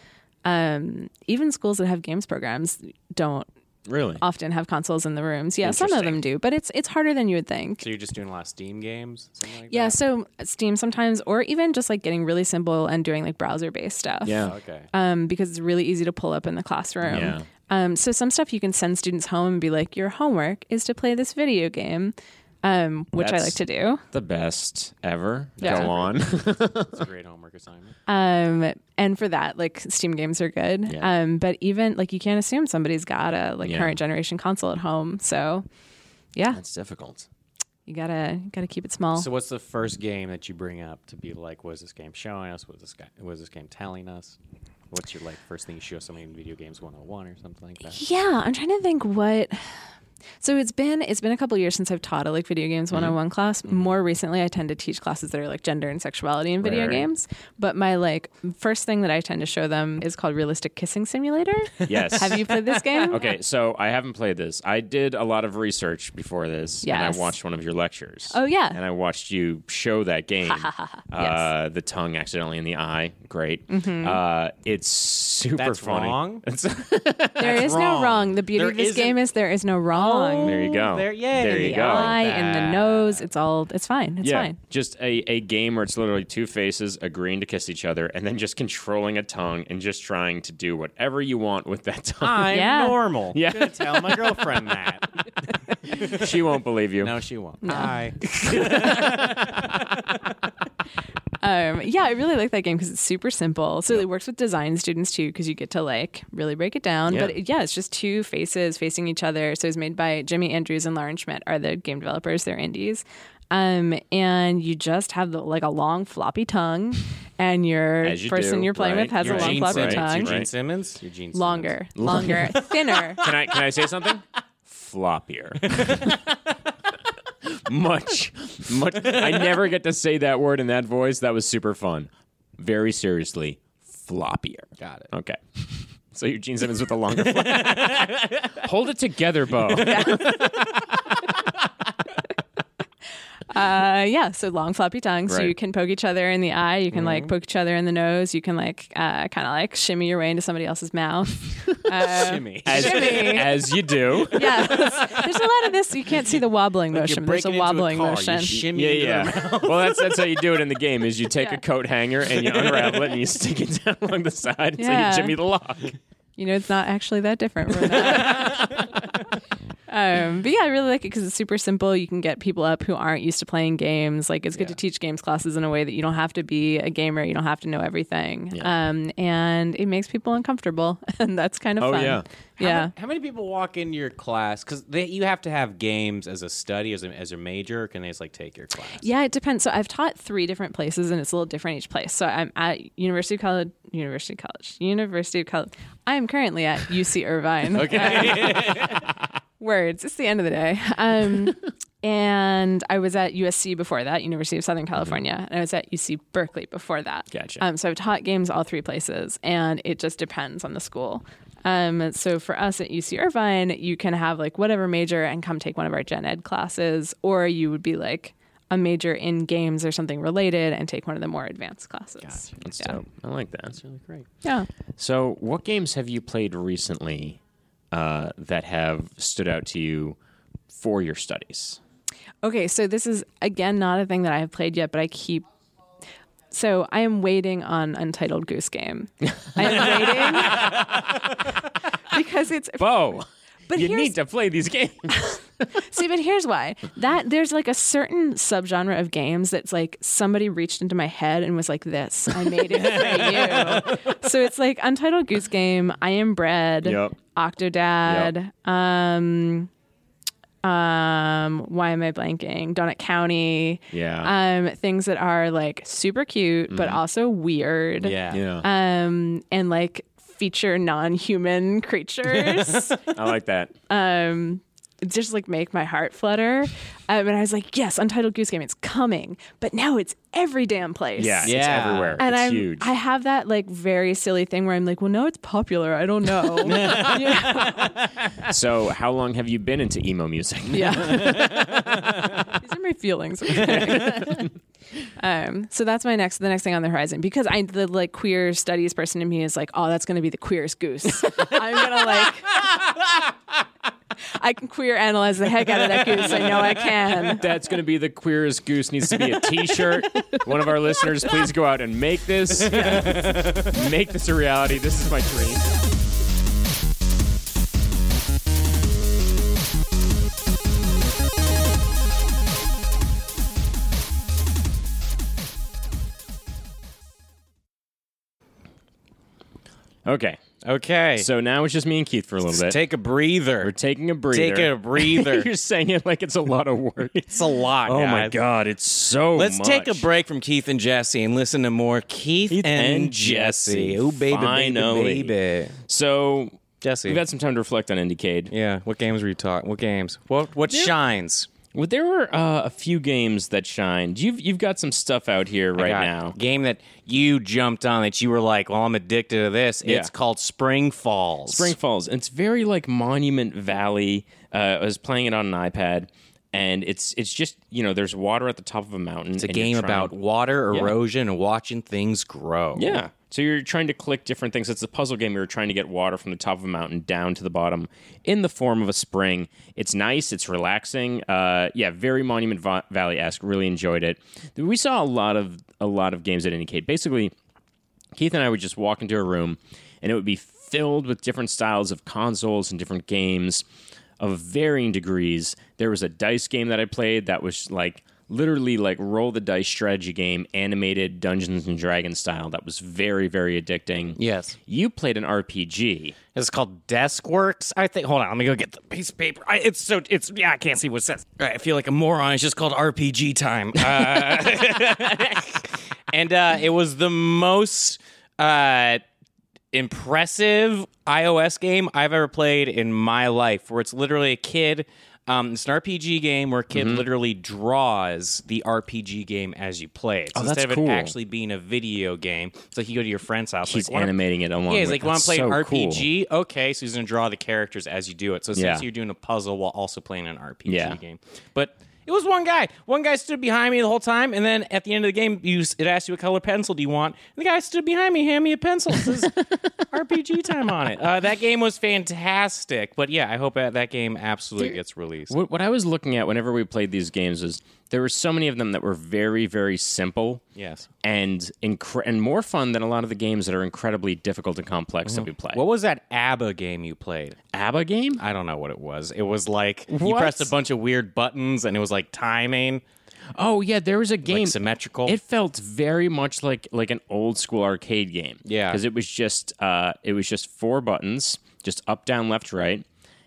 S3: Um, even schools that have games programs don't
S2: Really?
S3: often have consoles in the rooms. Yeah, some of them do, but it's it's harder than you would think.
S1: So you're just doing a lot of Steam games? Something like
S3: Yeah, so Steam sometimes, or even just like getting really simple and doing like browser based stuff.
S1: that?
S2: yeah.
S1: Okay.
S3: Um, because it's really easy to pull up in the classroom.
S2: Yeah.
S3: Um, so some stuff you can send students home and be like, your homework is to play this video game, um, which I
S2: That's-
S3: like to do.
S2: The best ever.
S3: Yeah.
S2: Go on. *laughs*
S1: It's a great homework assignment.
S3: Um, and for that, like Steam games are good.
S2: Yeah.
S3: Um, but even like you can't assume somebody's got a like
S2: Yeah.
S3: current generation console at home. So yeah,
S2: That's difficult.
S3: you gotta you gotta keep it small.
S1: So what's the first game that you bring up to be like, what is this game showing us? What is this, guy, what is this game telling us? What's your like first thing you show somebody in Video Games 101 or something like that?
S3: Yeah, I'm trying to think what. So it's been it's been a couple years since I've taught a like video
S2: Mm-hmm.
S3: games 101 class. More recently, I tend to teach classes that are like gender and sexuality in video
S2: Right.
S3: games. But my like first thing that I tend to show them is called Realistic Kissing Simulator.
S2: Yes.
S3: Have you
S2: *laughs*
S3: played this game?
S2: Okay, so I haven't played this. I did a lot of research before this, and I
S3: Yes.
S2: watched one of your lectures.
S3: Oh, yeah.
S2: and I watched you show that game. uh, the tongue accidentally in the eye. Great.
S3: Mm-hmm.
S2: Uh, it's super
S1: That's
S2: funny.
S1: wrong?
S2: *laughs* It's,
S3: there is no
S1: wrong.
S3: wrong. The beauty
S1: There
S3: of this
S1: isn't-
S3: game is there is no wrong.
S2: there you go.
S1: There- yay.
S2: Oh, There
S3: in
S2: you
S3: the
S2: go.
S3: eye, in the
S1: Ah.
S3: nose, it's all it's fine. It's
S2: yeah,
S3: fine.
S2: just a, a game where it's literally two faces agreeing to kiss each other and then just controlling a tongue and just trying to do whatever you want with that tongue.
S1: I'm
S3: Yeah.
S1: normal.
S2: Yeah.
S1: I'm gonna tell my girlfriend
S2: *laughs*
S1: that.
S2: she won't believe you.
S1: No, she won't. Hi.
S3: Um, yeah, I really like that game because it's super simple. So it works with design students too because you get to like really break it down.
S2: Yeah.
S3: But it- yeah, it's just two faces facing each other. So it's made by Jimmy Andrews and Lauren Schmidt are the game developers. They're indies, um, and you just have the, like a long floppy tongue, and your
S2: *laughs* As you
S3: person
S2: do,
S3: you're playing
S2: right?
S3: with has
S2: You're
S3: a long
S1: Gene
S3: floppy
S1: Simmons.
S3: tongue.
S1: You're Gene
S2: Right.
S1: Simmons. You're Gene Simmons.
S2: *laughs*
S3: Longer, longer, thinner.
S2: Can I can I say something?
S3: *laughs*
S2: Floppier. much, much. I never get to say that word in that voice. That was super fun. Very seriously, floppier.
S1: Got it.
S2: Okay. So Eugene Simmons with the longer. flop.
S3: *laughs*
S2: Hold it together, Bo.
S3: Uh, yeah, so long floppy tongues. So
S2: Right. Mm-hmm.
S3: you can poke each other in the eye. You can like poke each other in the nose. You can like uh, kind of like shimmy your way into somebody else's mouth. Uh,
S1: Jimmy.
S2: As,
S3: Jimmy.
S2: as you do.
S3: yeah, there's a lot of this. You can't see the wobbling motion. but There's a wobbling motion.
S1: shimmy
S2: Yeah,
S1: into the room.
S3: *laughs*
S2: yeah. Well, that's that's how you do it in the game. Is you take
S3: Yeah.
S2: a coat hanger and
S3: *laughs*
S2: you unravel it and you stick it down along the side. It's like
S3: Yeah.
S2: you Jimmy the lock.
S4: *laughs*
S3: you know, it's not actually that different from that. Um, but yeah, I really like it because it's super simple. You can get people up who aren't used to playing games. Like it's good to teach games classes in a way that you don't have to be a gamer. You don't have to know everything. Um, and it makes people uncomfortable, *laughs* and that's kind of
S4: Oh,
S3: fun.
S4: yeah.
S1: How,
S3: yeah.
S1: ma- how many people walk into your class? Because you have to have games as a study, as a, as a major, or can they just like take your class?
S3: Yeah, it depends. So I've taught three different places, and it's a little different each place. So I'm at University of College, University of College, University of College. I am currently at UC Irvine. okay. *laughs* words. It's the end of the day. Um, and I was at USC before that, University of Southern California, and I was at UC Berkeley before that.
S2: Gotcha.
S3: Um, so I've taught games all three places, and it just depends on the school. Um, so for us at UC Irvine, you can have like whatever major and come take one of our gen ed classes, or you would be like a major in games or something related and take one of the more advanced classes.
S2: That's
S3: yeah.
S2: dope. I like that.
S1: Great.
S3: yeah.
S2: So, what games have you played recently uh, that have stood out to you for your studies?
S3: Okay, so this is again not a thing that I have played yet, but I keep. So I am waiting on Untitled Goose Game. I am
S2: *laughs*
S3: waiting because it's. *laughs*
S2: Bo,
S3: But
S2: you
S3: here's,
S2: need to play these
S3: *laughs*
S2: games.
S3: see, but here's why that there's like a certain subgenre of games that's like somebody reached into my head and was like, "This, I made
S2: *laughs*
S3: it for you." so it's like Untitled Goose Game, I Am Bread,
S2: Yep.
S3: Octodad, um, um, why am I blanking? Donut County.
S2: yeah. Mm-hmm.
S3: um, things that are like super cute but also weird.
S1: Yeah.
S2: yeah.
S3: Um, and like feature
S2: *laughs*
S3: non-human creatures.
S2: I like that.
S3: um, just like make my heart flutter. Um, and I was like, yes, Untitled Goose Game, it's coming, but now it's every damn place.
S2: yeah, it's
S1: Yeah.
S2: everywhere.
S3: And
S2: it's
S3: I'm,
S2: huge.
S3: I have that like very silly thing where I'm like, well, no, it's popular. I don't know.
S2: *laughs*
S3: You know?
S2: so, how long have you been into emo music?
S3: *laughs* Yeah. These are my feelings. *laughs* um, so that's my next the next thing on the horizon because I the like queer studies person in me is like, oh, that's gonna be the queerest goose. *laughs* I'm gonna like I can queer analyze the heck out of that goose. I know I can.
S2: That's going to be the queerest goose needs to be a T-shirt. One of our listeners, please go out and make
S1: *laughs*
S2: this, make this a reality. This is my dream. Okay,
S1: Okay. So
S2: so now it's just me and Keith for a little bit.
S1: take a breather.
S2: We're taking a breather. *laughs*
S1: Take a *laughs* breather.
S2: You're saying it like it's a lot of work.
S1: it's a lot.
S2: Oh my
S1: guys.
S2: god, it's so
S1: Let's
S2: much.
S1: take a break from Keith and Jesse and listen to more Keith,
S2: Keith
S1: and,
S2: and
S1: Jesse.
S2: Jesse.
S1: Oh baby,
S2: Finally.
S1: baby, baby.
S2: So
S1: Jesse.
S2: we've had some time to reflect on Indiecade.
S1: yeah. What games were you talking? What games? What what shines
S2: Well, there were uh, a few games that shined. You've you've got some stuff out here right
S1: God,
S2: now.
S1: Game that you jumped on that you were like, well, I'm addicted to this.
S2: Yeah.
S1: It's called Spring Falls.
S2: Spring Falls. And it's very like Monument Valley. Uh, I was playing it on an iPad, and it's it's just you know there's water at the top of a mountain.
S1: It's a game about water erosion and watching things grow.
S2: Yeah. So you're trying to click different things. It's a puzzle game. You're trying to get water from the top of a mountain down to the bottom in the form of a spring. It's nice. It's relaxing. Uh, yeah, very Monument Va- Valley esque. Really enjoyed it. We saw a lot of a lot of games that indicate basically. Keith and I would just walk into a room and it would be filled with different styles of consoles and different games of varying degrees. There was a dice game that I played that was like literally like roll the dice strategy game, animated Dungeons and Dragons style that was very, very addicting.
S1: Yes.
S2: You played an RPG.
S4: It's called Desk Works. I think. Hold on, let me go get the piece of paper. I, it's so. It's yeah. I can't see what it says. All right, I feel like a moron. It's just called RPG time. Uh,
S1: *laughs* and uh, it was the most uh, impressive iOS game I've ever played in my life. Where it's literally a kid. Um, it's an RPG game where a
S2: Mm-hmm.
S1: kid literally draws the RPG game as you play it. So
S2: Oh, that's
S1: instead of
S2: cool.
S1: it actually being a video game, it's like you go to your friend's house.
S2: He's
S1: like, "Wanna
S2: animating it along.
S1: Yeah, he's
S2: with
S1: like,
S2: it.
S1: want to
S2: It's
S1: play
S2: so
S1: an
S2: cool.
S1: RPG? Okay, so he's going to draw the characters as you do it. So since
S2: Yeah.
S1: you're doing a puzzle while also playing an RPG
S2: Yeah.
S1: game. But it was one guy. One guy stood behind me the whole time, and then at the end of the game, you, it asked you what color pencil do you want. And the guy stood behind me, hand me a pencil. It
S2: *laughs*
S1: says RPG time on it. Uh, that game was fantastic. But yeah, I hope that, that game absolutely gets released.
S2: What, what I was looking at whenever we played these games is there were so many of them that were very, very simple.
S1: Yes.
S2: And incre- and more fun than a lot of the games that are incredibly difficult and complex that we play.
S1: What was that ABBA game you played?
S2: ABBA game?
S1: I don't know what it was. It was like you
S2: What?
S1: pressed a bunch of weird buttons and it was like timing,
S2: Oh yeah, there was a game.
S1: like symmetrical.
S2: It felt very much like like an old school arcade game.
S1: Yeah.
S2: because it was just uh, it was just four buttons, just up, down, left, right,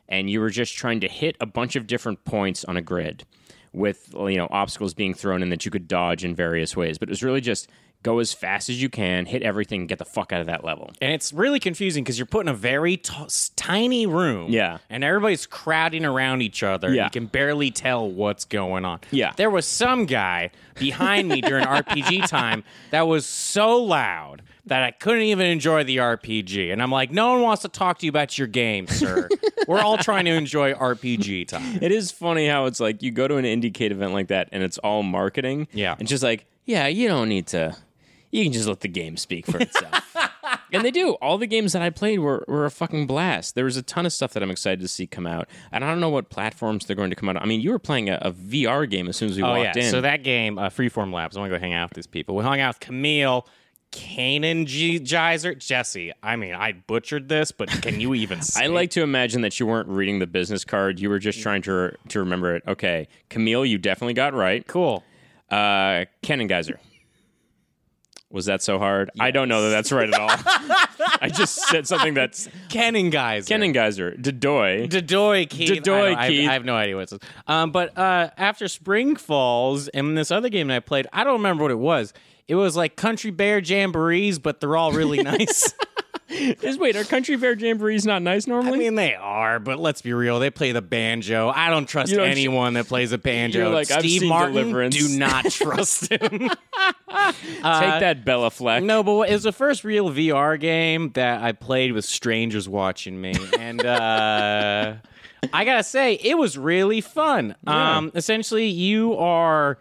S2: and you were just trying to hit a bunch of different points on a grid, with you know obstacles being thrown in that you could dodge in various ways. But it was really just go as fast as you can, hit everything, get the fuck out of that level.
S1: and it's really confusing because you're put in a very t- s- tiny room.
S2: Yeah.
S1: And everybody's crowding around each other.
S2: Yeah.
S1: You can barely tell what's going on.
S2: Yeah.
S1: There was some guy behind me
S2: *laughs*
S1: during RPG time that was so loud that I couldn't even enjoy the RPG. And I'm like, no one wants to talk to you about your game,
S2: *laughs*
S1: sir. We're all trying to enjoy RPG time.
S2: It is funny how it's like you go to an Indiecade event like that and it's all marketing.
S1: Yeah.
S2: And just like, yeah, you don't need to. You can just let the game speak for
S1: *laughs*
S2: itself. and they do. All the games that I played were, were a fucking blast. There was a ton of stuff that I'm excited to see come out. And I don't know what platforms they're going to come out on. I mean, you were playing a, a VR game as soon as we
S1: Oh yeah.
S2: walked in.
S1: So that game, uh, Freeform Labs. I want to go hang out with these people. We hung out with Camille, Kanan G- Geyser, Jesse. I mean, I butchered this, but can you even? Say?
S2: *laughs* I like to imagine that you weren't reading the business card. You were just trying to, to remember it. Okay, Camille, you definitely got right.
S1: cool.
S2: Uh, Ken and Geyser. Was that so hard? I don't know that that's right at all. *laughs* I just said something that's
S1: Kanan Geyser.
S2: Ken and Geyser. Dedoy.
S1: Dedoy Keith. I don't-
S2: Dedoy
S1: I, have-
S2: Keith.
S1: I have no idea what this is. Um, but uh, after Spring Falls and this other game that I played, I don't remember what it was. It was like Country Bear Jamborees, but they're all
S2: *laughs*
S1: really nice.
S2: Just wait, are Country Fair Jamborees not nice normally?
S1: I mean, they are, but let's be real. They play the banjo. I don't trust
S2: You don't-
S1: anyone that plays a banjo.
S2: You're like, I've
S1: Steve
S2: seen
S1: Martin,
S2: Deliverance.
S1: do not
S2: *laughs*
S1: trust him.
S2: Take that, Bella Fleck.
S1: no, but what- it was the first real VR game that I played with strangers watching me, and
S2: *laughs*
S1: uh, I gotta say, it was really fun. Um, essentially, you are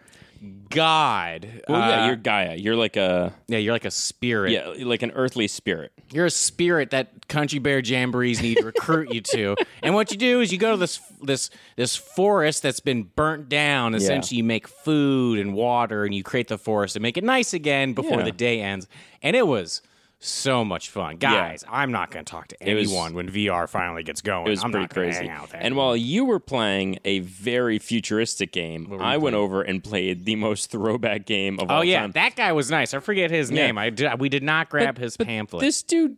S1: God.
S2: Well, yeah,
S1: Uh,
S2: you're Gaia. You're like a
S1: yeah, you're like a spirit.
S2: yeah, like an earthly spirit.
S1: You're a spirit that country bear jamborees need to recruit you
S2: *laughs*
S1: to. And what you do is you go to this this this forest that's been burnt down. Essentially, you make food and water, and you create the forest and make it nice again before
S2: Yeah.
S1: the day ends. And it was so much fun, guys. I'm not going to talk to
S2: was-
S1: anyone when VR finally gets going.
S2: It was
S1: I'm
S2: pretty
S1: not gonna
S2: crazy.
S1: Hang out there.
S2: And while you were playing a very futuristic game, I went over and played the most *laughs* throwback game of all
S1: oh yeah,
S2: time.
S1: that guy was nice. I forget his name. I did, we did not grab his pamphlet.
S2: This dude,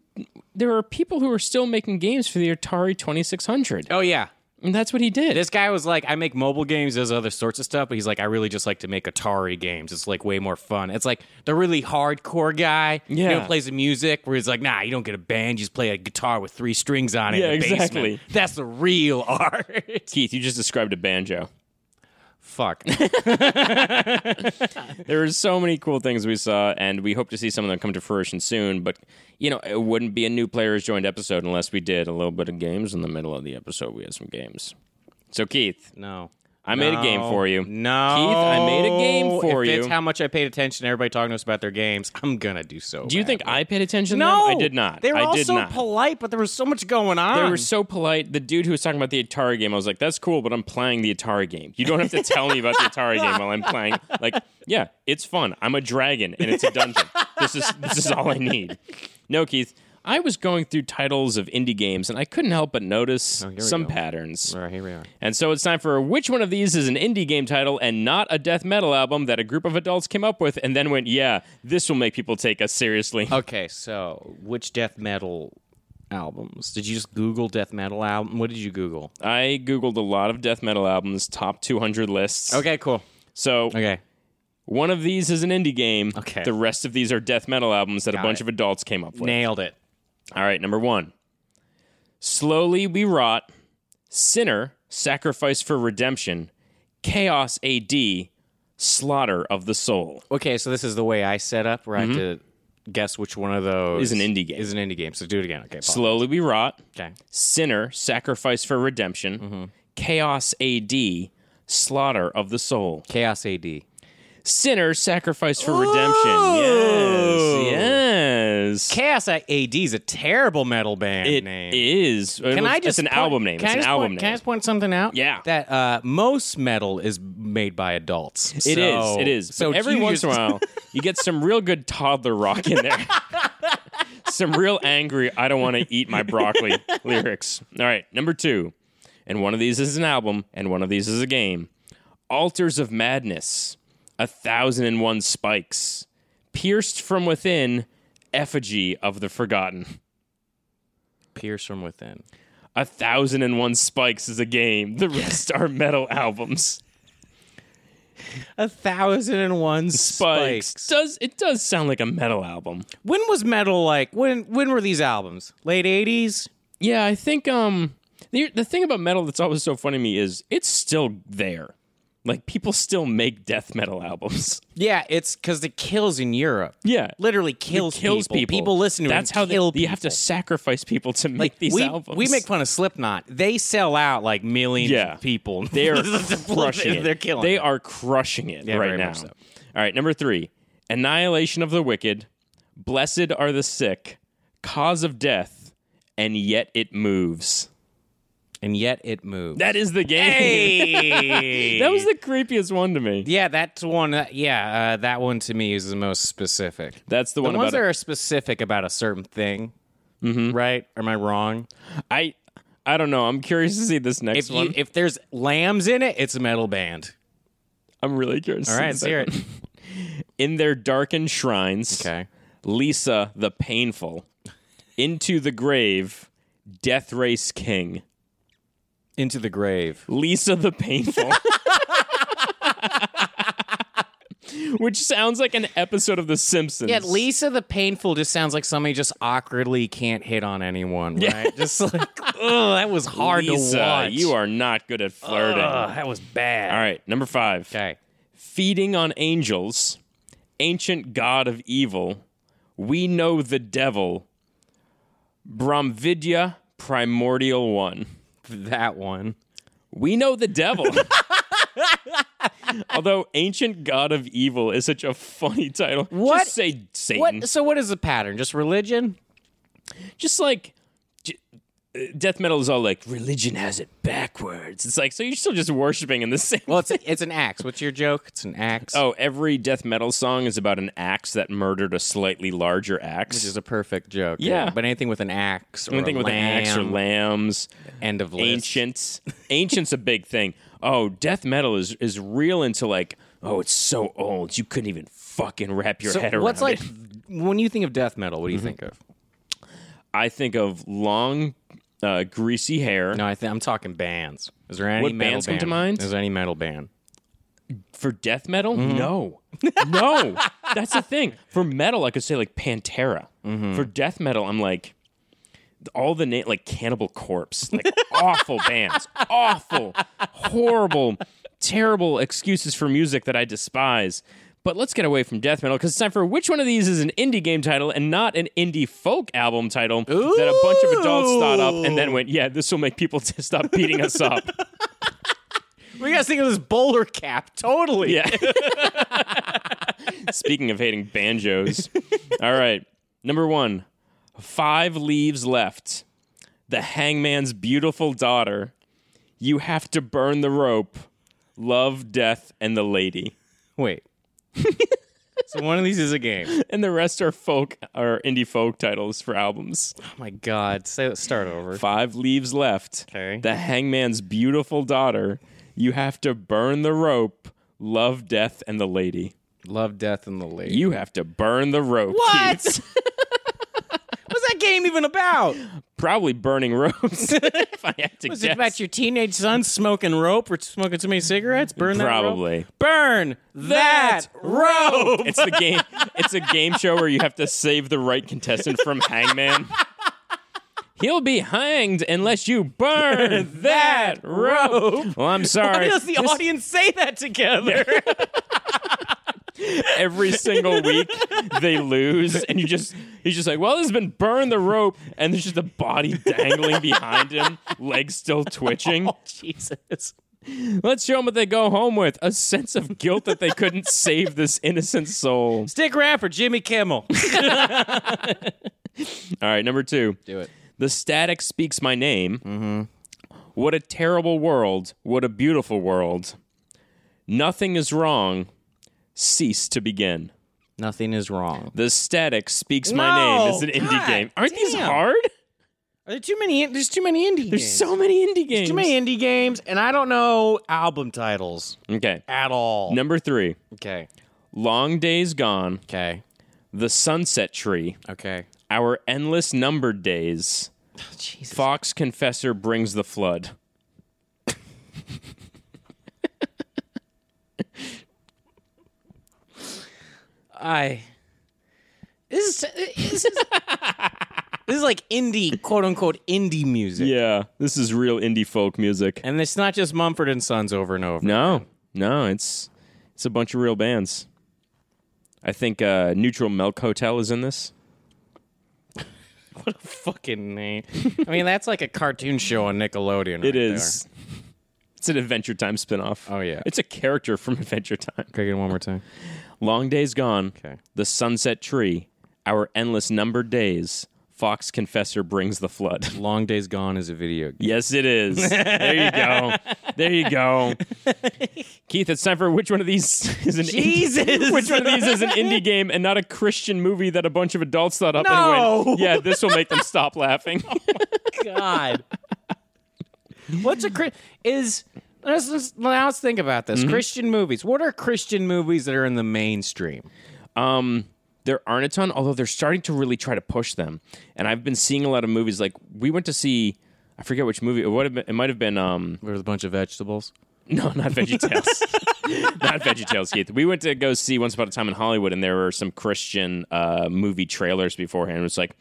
S2: there are people who are still making games for the Atari 2600.
S1: oh yeah.
S2: And that's what he did.
S1: This guy was like, I make mobile games, does other sorts of stuff, but he's like, I really just like to make Atari games. It's like way more fun. It's like the really hardcore guy, you know,
S2: Yeah.
S1: who plays the music where he's like, nah, you don't get a band, you just play a guitar with three strings on it.
S2: Yeah,
S1: in the basement."
S2: exactly.
S1: That's the real *laughs* art.
S2: Keith, you just described a banjo. *laughs*
S1: Fuck.
S2: There were so many cool things we saw, and we hope to see some of them come to fruition soon. But you know, it wouldn't be a new players joined episode unless we did a little bit of games in the middle of the episode. We had some games. So Keith,
S1: No.
S2: I made a game
S1: No.
S2: for you.
S1: No.
S2: Keith, I made a game for
S1: if
S2: you.
S1: It's how much I paid attention to everybody talking to us about their games. I'm going to do so.
S2: Do you think I paid attention? to
S1: No.
S2: them? I did not.
S1: They were
S2: I
S1: all
S2: did
S1: so
S2: not.
S1: polite, but there was so much going on.
S2: They were so polite. The dude who was talking about the Atari game, I was like, "That's cool, but I'm playing the Atari game. You don't have to tell me about the Atari game while I'm playing. Like, yeah, it's fun. I'm a dragon and it's a dungeon. This is this is all I need." No, Keith, I was going through titles of indie games and I couldn't help but notice
S1: Oh, we
S2: some
S1: go.
S2: patterns.
S1: All right, here we are.
S2: And so it's time for which one of these is an indie game title and not a death metal album that a group of adults came up with and then went, "Yeah, this will make people take us seriously."
S1: Okay, so which death metal albums? Did you just Google death metal album? What did you Google?
S2: I googled a lot of death metal albums, top 200 lists.
S1: Okay, cool.
S2: So
S1: Okay.
S2: One of these is an indie game.
S1: Okay.
S2: The rest of these are death metal albums that a bunch
S1: it.
S2: of adults came up with.
S1: Nailed it.
S2: All right, number one Slowly We Rot, Sinner, Sacrifice for Redemption, Chaos AD, Slaughter of the Soul.
S1: Okay, so this is the way I set up where I have to guess which one of those
S2: Is an indie game.
S1: Mm-hmm. Is an indie game. So do it again. Okay. Paul.
S2: Slowly We Rot,
S1: Okay.
S2: Sinner, Sacrifice for Redemption,
S1: Mm-hmm.
S2: Chaos AD, Slaughter of the Soul.
S1: Chaos AD.
S2: Sinner, Sacrifice for Redemption. Yes. Yes. is.
S1: Chaos at AD is a terrible metal band
S2: It
S1: name.
S2: is.
S1: Can I just
S2: It's an
S1: point-
S2: album name.
S1: Can
S2: It's
S1: I
S2: an
S1: just
S2: album
S1: point,
S2: name.
S1: Can I just point something out?
S2: Yeah.
S1: that uh, most metal is made by adults.
S2: It is.
S1: So-
S2: It is. But
S1: So
S2: every
S1: you
S2: once in a
S1: just-
S2: while, you get some real good toddler rock
S1: *laughs*
S2: in there. some real angry, I don't want to eat
S1: *laughs*
S2: my broccoli lyrics. All right, number two. And one of these is an album, and one of these is a game. Altars of Madness, A Thousand and One Spikes, Pierced from Within, Effigy of the Forgotten.
S1: Pierce from within.
S2: A Thousand and One Spikes is a game. The rest are metal albums.
S1: A thousand and one *laughs* spikes.
S2: Spikes. Does it does sound like a metal album.
S1: When was metal like? When when were these albums? Late eighties.
S2: Yeah, I think um the the thing about metal that's always so funny to me is it's still there. Like people still make death metal albums.
S1: Yeah, it's because it kills in Europe.
S2: *laughs* Yeah.
S1: literally kills,
S2: kills people.
S1: People listen to
S2: That's
S1: it.
S2: how
S1: and
S2: they,
S1: kill
S2: you have to
S1: people.
S2: sacrifice people to make these
S1: we,
S2: albums.
S1: We make fun of Slipknot. They sell out like millions
S2: Yeah.
S1: of people. *laughs*
S2: they are
S1: They're
S2: crushing it.
S1: They're killing.
S2: They
S1: it.
S2: are crushing it right
S1: very
S2: now.
S1: much so.
S2: All right, number 3. Annihilation of the wicked, blessed are the sick, cause of death, and yet it moves.
S1: and yet it moves. *laughs*
S2: That is the game.
S1: Hey!
S2: *laughs* that was the creepiest one to me.
S1: yeah, that's one. uh, yeah, uh, that one to me is the most specific.
S2: That's the,
S1: the
S2: one
S1: ones
S2: about Mm-hmm.
S1: that are specific about a certain thing, right? Am I wrong?
S2: I I don't know. I'm curious to see this next
S1: If,
S2: one.
S1: you, if there's lambs in it, it's a metal band.
S2: I'm really curious.
S1: All
S2: to
S1: right,
S2: see
S1: let's
S2: the
S1: hear
S2: second
S1: it.
S2: one. In their darkened shrines,
S1: Okay.
S2: Lisa the painful, into the grave, death race king.
S1: Into the grave.
S2: Lisa the painful. *laughs* Which sounds like an episode of The Simpsons.
S1: Yeah, Lisa the Painful just sounds like somebody just awkwardly can't hit on anyone, right? just
S2: *laughs*
S1: like, oh, that was hard
S2: Lisa,
S1: to watch.
S2: you are not good at flirting.
S1: that was bad.
S2: All right, number five.
S1: Okay.
S2: feeding on angels, ancient god of evil, we know the devil, Brahmvidya, primordial one.
S1: That one.
S2: We know
S1: *laughs*
S2: the devil. Although ancient god of evil is such a funny title.
S1: What-
S2: Just say Satan.
S1: What? So what is the pattern? Just religion?
S2: Just like j- uh, death metal is all like religion has it backwards. It's like so you're still just worshiping in the *laughs* same.
S1: Well, it's it's an axe. What's your joke? It's an axe.
S2: Oh, every death metal song is about an axe that murdered a slightly larger axe.
S1: which is a perfect joke.
S2: Yeah.
S1: but anything with an axe, or
S2: Anything
S1: a
S2: with an axe or
S1: lamb,
S2: lambs,
S1: end of list. *laughs*
S2: ancients. Ancient's a big thing. Oh, death metal is is real into like, oh, it's so old you couldn't even fucking wrap your
S1: So
S2: head around Mm-hmm.
S1: what's like
S2: it.
S1: when you think of death metal? What do you think of?
S2: I think of long, uh, greasy hair
S1: No, I think I'm talking bands. Is there any
S2: What
S1: metal
S2: bands come
S1: band?
S2: to mind?
S1: Is there any metal band?
S2: for death metal. No, no, that's the thing. For metal, I could say like Pantera. For death metal, I'm like all the name like Cannibal Corpse, like *laughs* awful bands, awful, horrible, terrible excuses for music that I despise. But let's get away from death metal because it's time for which one of these is an indie game title and not an indie folk album title that a bunch of adults thought up and then went, yeah, this will make people *laughs* stop beating us up.
S1: We gotta think of this bowler cap. Totally.
S2: Yeah. Speaking of hating banjos. All right. Number one, five leaves left. The hangman's beautiful daughter. You have to burn the rope. Love, death, and the lady.
S1: *laughs* Wait. so one of these is a game.
S2: And the rest are folk or indie folk titles for albums.
S1: Oh my god. Say, start over.
S2: Five leaves left.
S1: Okay.
S2: The hangman's beautiful daughter. You have to burn the rope. Love, death, and the lady.
S1: Love, death, and the lady.
S2: You have to burn the rope.
S1: What?
S2: Keith.
S1: What's that game even about?
S2: probably burning ropes. *laughs* if I had to
S1: Was
S2: guess,
S1: it about your teenage son smoking rope or smoking too many cigarettes? Burn that rope?
S2: probably.
S1: Burn that rope.
S2: It's the game. It's a game show where you have to save the right contestant from hangman. He'll be hanged unless you burn that rope. Well, I'm sorry.
S1: Does the audience say that together?
S2: Every single week they lose, and you just he's just like, well, this has been burn the rope, and
S1: Oh.
S2: there's just a body dangling behind him, legs still twitching.
S1: *laughs* Jesus.
S2: Let's show them what they go home with a sense of guilt that they couldn't save this innocent soul.
S1: Stick rapper Jimmy Kimmel.
S2: All right, number two.
S1: Do it.
S2: The static speaks my name. Mm-hmm. What a terrible world. What a beautiful world. Nothing is wrong. Cease to begin.
S1: *laughs* Nothing is wrong.
S2: The static speaks my
S1: No!
S2: name. It's an indie
S1: God
S2: game. Aren't these
S1: damn.
S2: hard?
S1: Are there too many? There's too many indie.
S2: There's so many indie games.
S1: too many indie games, and I don't know album titles
S2: Okay.
S1: at all.
S2: Number three.
S1: Okay.
S2: Long days gone.
S1: Okay.
S2: The sunset tree.
S1: Okay.
S2: Our endless numbered days.
S1: Jesus.
S2: Fox confessor brings the flood.
S1: I. This is this *laughs* is, this is like indie, quote unquote indie music.
S2: Yeah, this is real indie folk music.
S1: And it's not just Mumford and Sons over and over.
S2: No, no, it's it's a bunch of real bands. I think uh, Neutral Milk Hotel is in this.
S1: What a *laughs* fucking name. I mean, that's like a cartoon show on Nickelodeon.
S2: It is. It's an Adventure Time spinoff.
S1: Oh, yeah.
S2: it's a character from *laughs* Adventure Time.
S1: There. Again, one more time.
S2: Long days gone.
S1: Okay.
S2: The sunset tree. Our endless numbered days. Fox confessor brings the flood. *laughs*
S1: Long Days Gone is a video game.
S2: Yes, it is. there
S1: *laughs*
S2: you go. There you go. Keith, it's time for which one of these *laughs* is an
S1: Jesus.
S2: Indie, *laughs* which one of these is an indie game and not a Christian movie that a bunch of adults thought up and
S1: No.
S2: went, *laughs* yeah, this will make them stop laughing.
S1: God. What's a Chri- is let's, let's, now let's think about
S2: Mm-hmm.
S1: this. Christian movies. What are Christian movies that are in the mainstream?
S2: um, there aren't a ton, although they're starting to really try to push them. And I've been seeing a lot of movies. Like we went to see, I forget which movie. It would have been, it might have been. Um, *laughs*
S1: There's a bunch of vegetables.
S2: No, not VeggieTales. *laughs* not VeggieTales, Keith. We went to go see Once Upon a Time in Hollywood, and there were some Christian uh, movie trailers beforehand. It was like,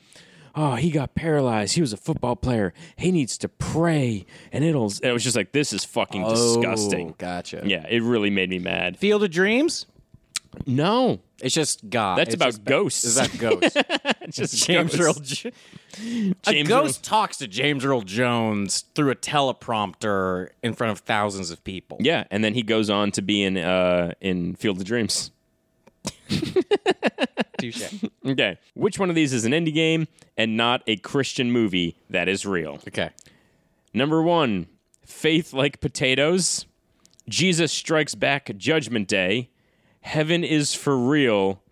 S2: oh, he got paralyzed. He was a football player. He needs to pray, and it'll. And it was just like, this is fucking disgusting.
S1: Gotcha.
S2: Yeah, it really made me mad.
S1: Field of Dreams?
S2: No,
S1: It's just God.
S2: that's
S1: It's
S2: about
S1: just-
S2: ghosts.
S1: It's
S2: *laughs*
S1: about ghosts. *laughs*
S2: just
S1: James
S2: ghosts.
S1: Earl. Jo- a
S2: *laughs* James
S1: ghost talks to James Earl Jones through a teleprompter in front of thousands of people.
S2: Yeah, and then he goes on to be in uh, in Field of Dreams. *laughs* Okay, which one of these is an indie game and not a Christian movie that is real?
S1: Okay.
S2: Number one, faith like potatoes. Jesus strikes back judgment day. Heaven is for real.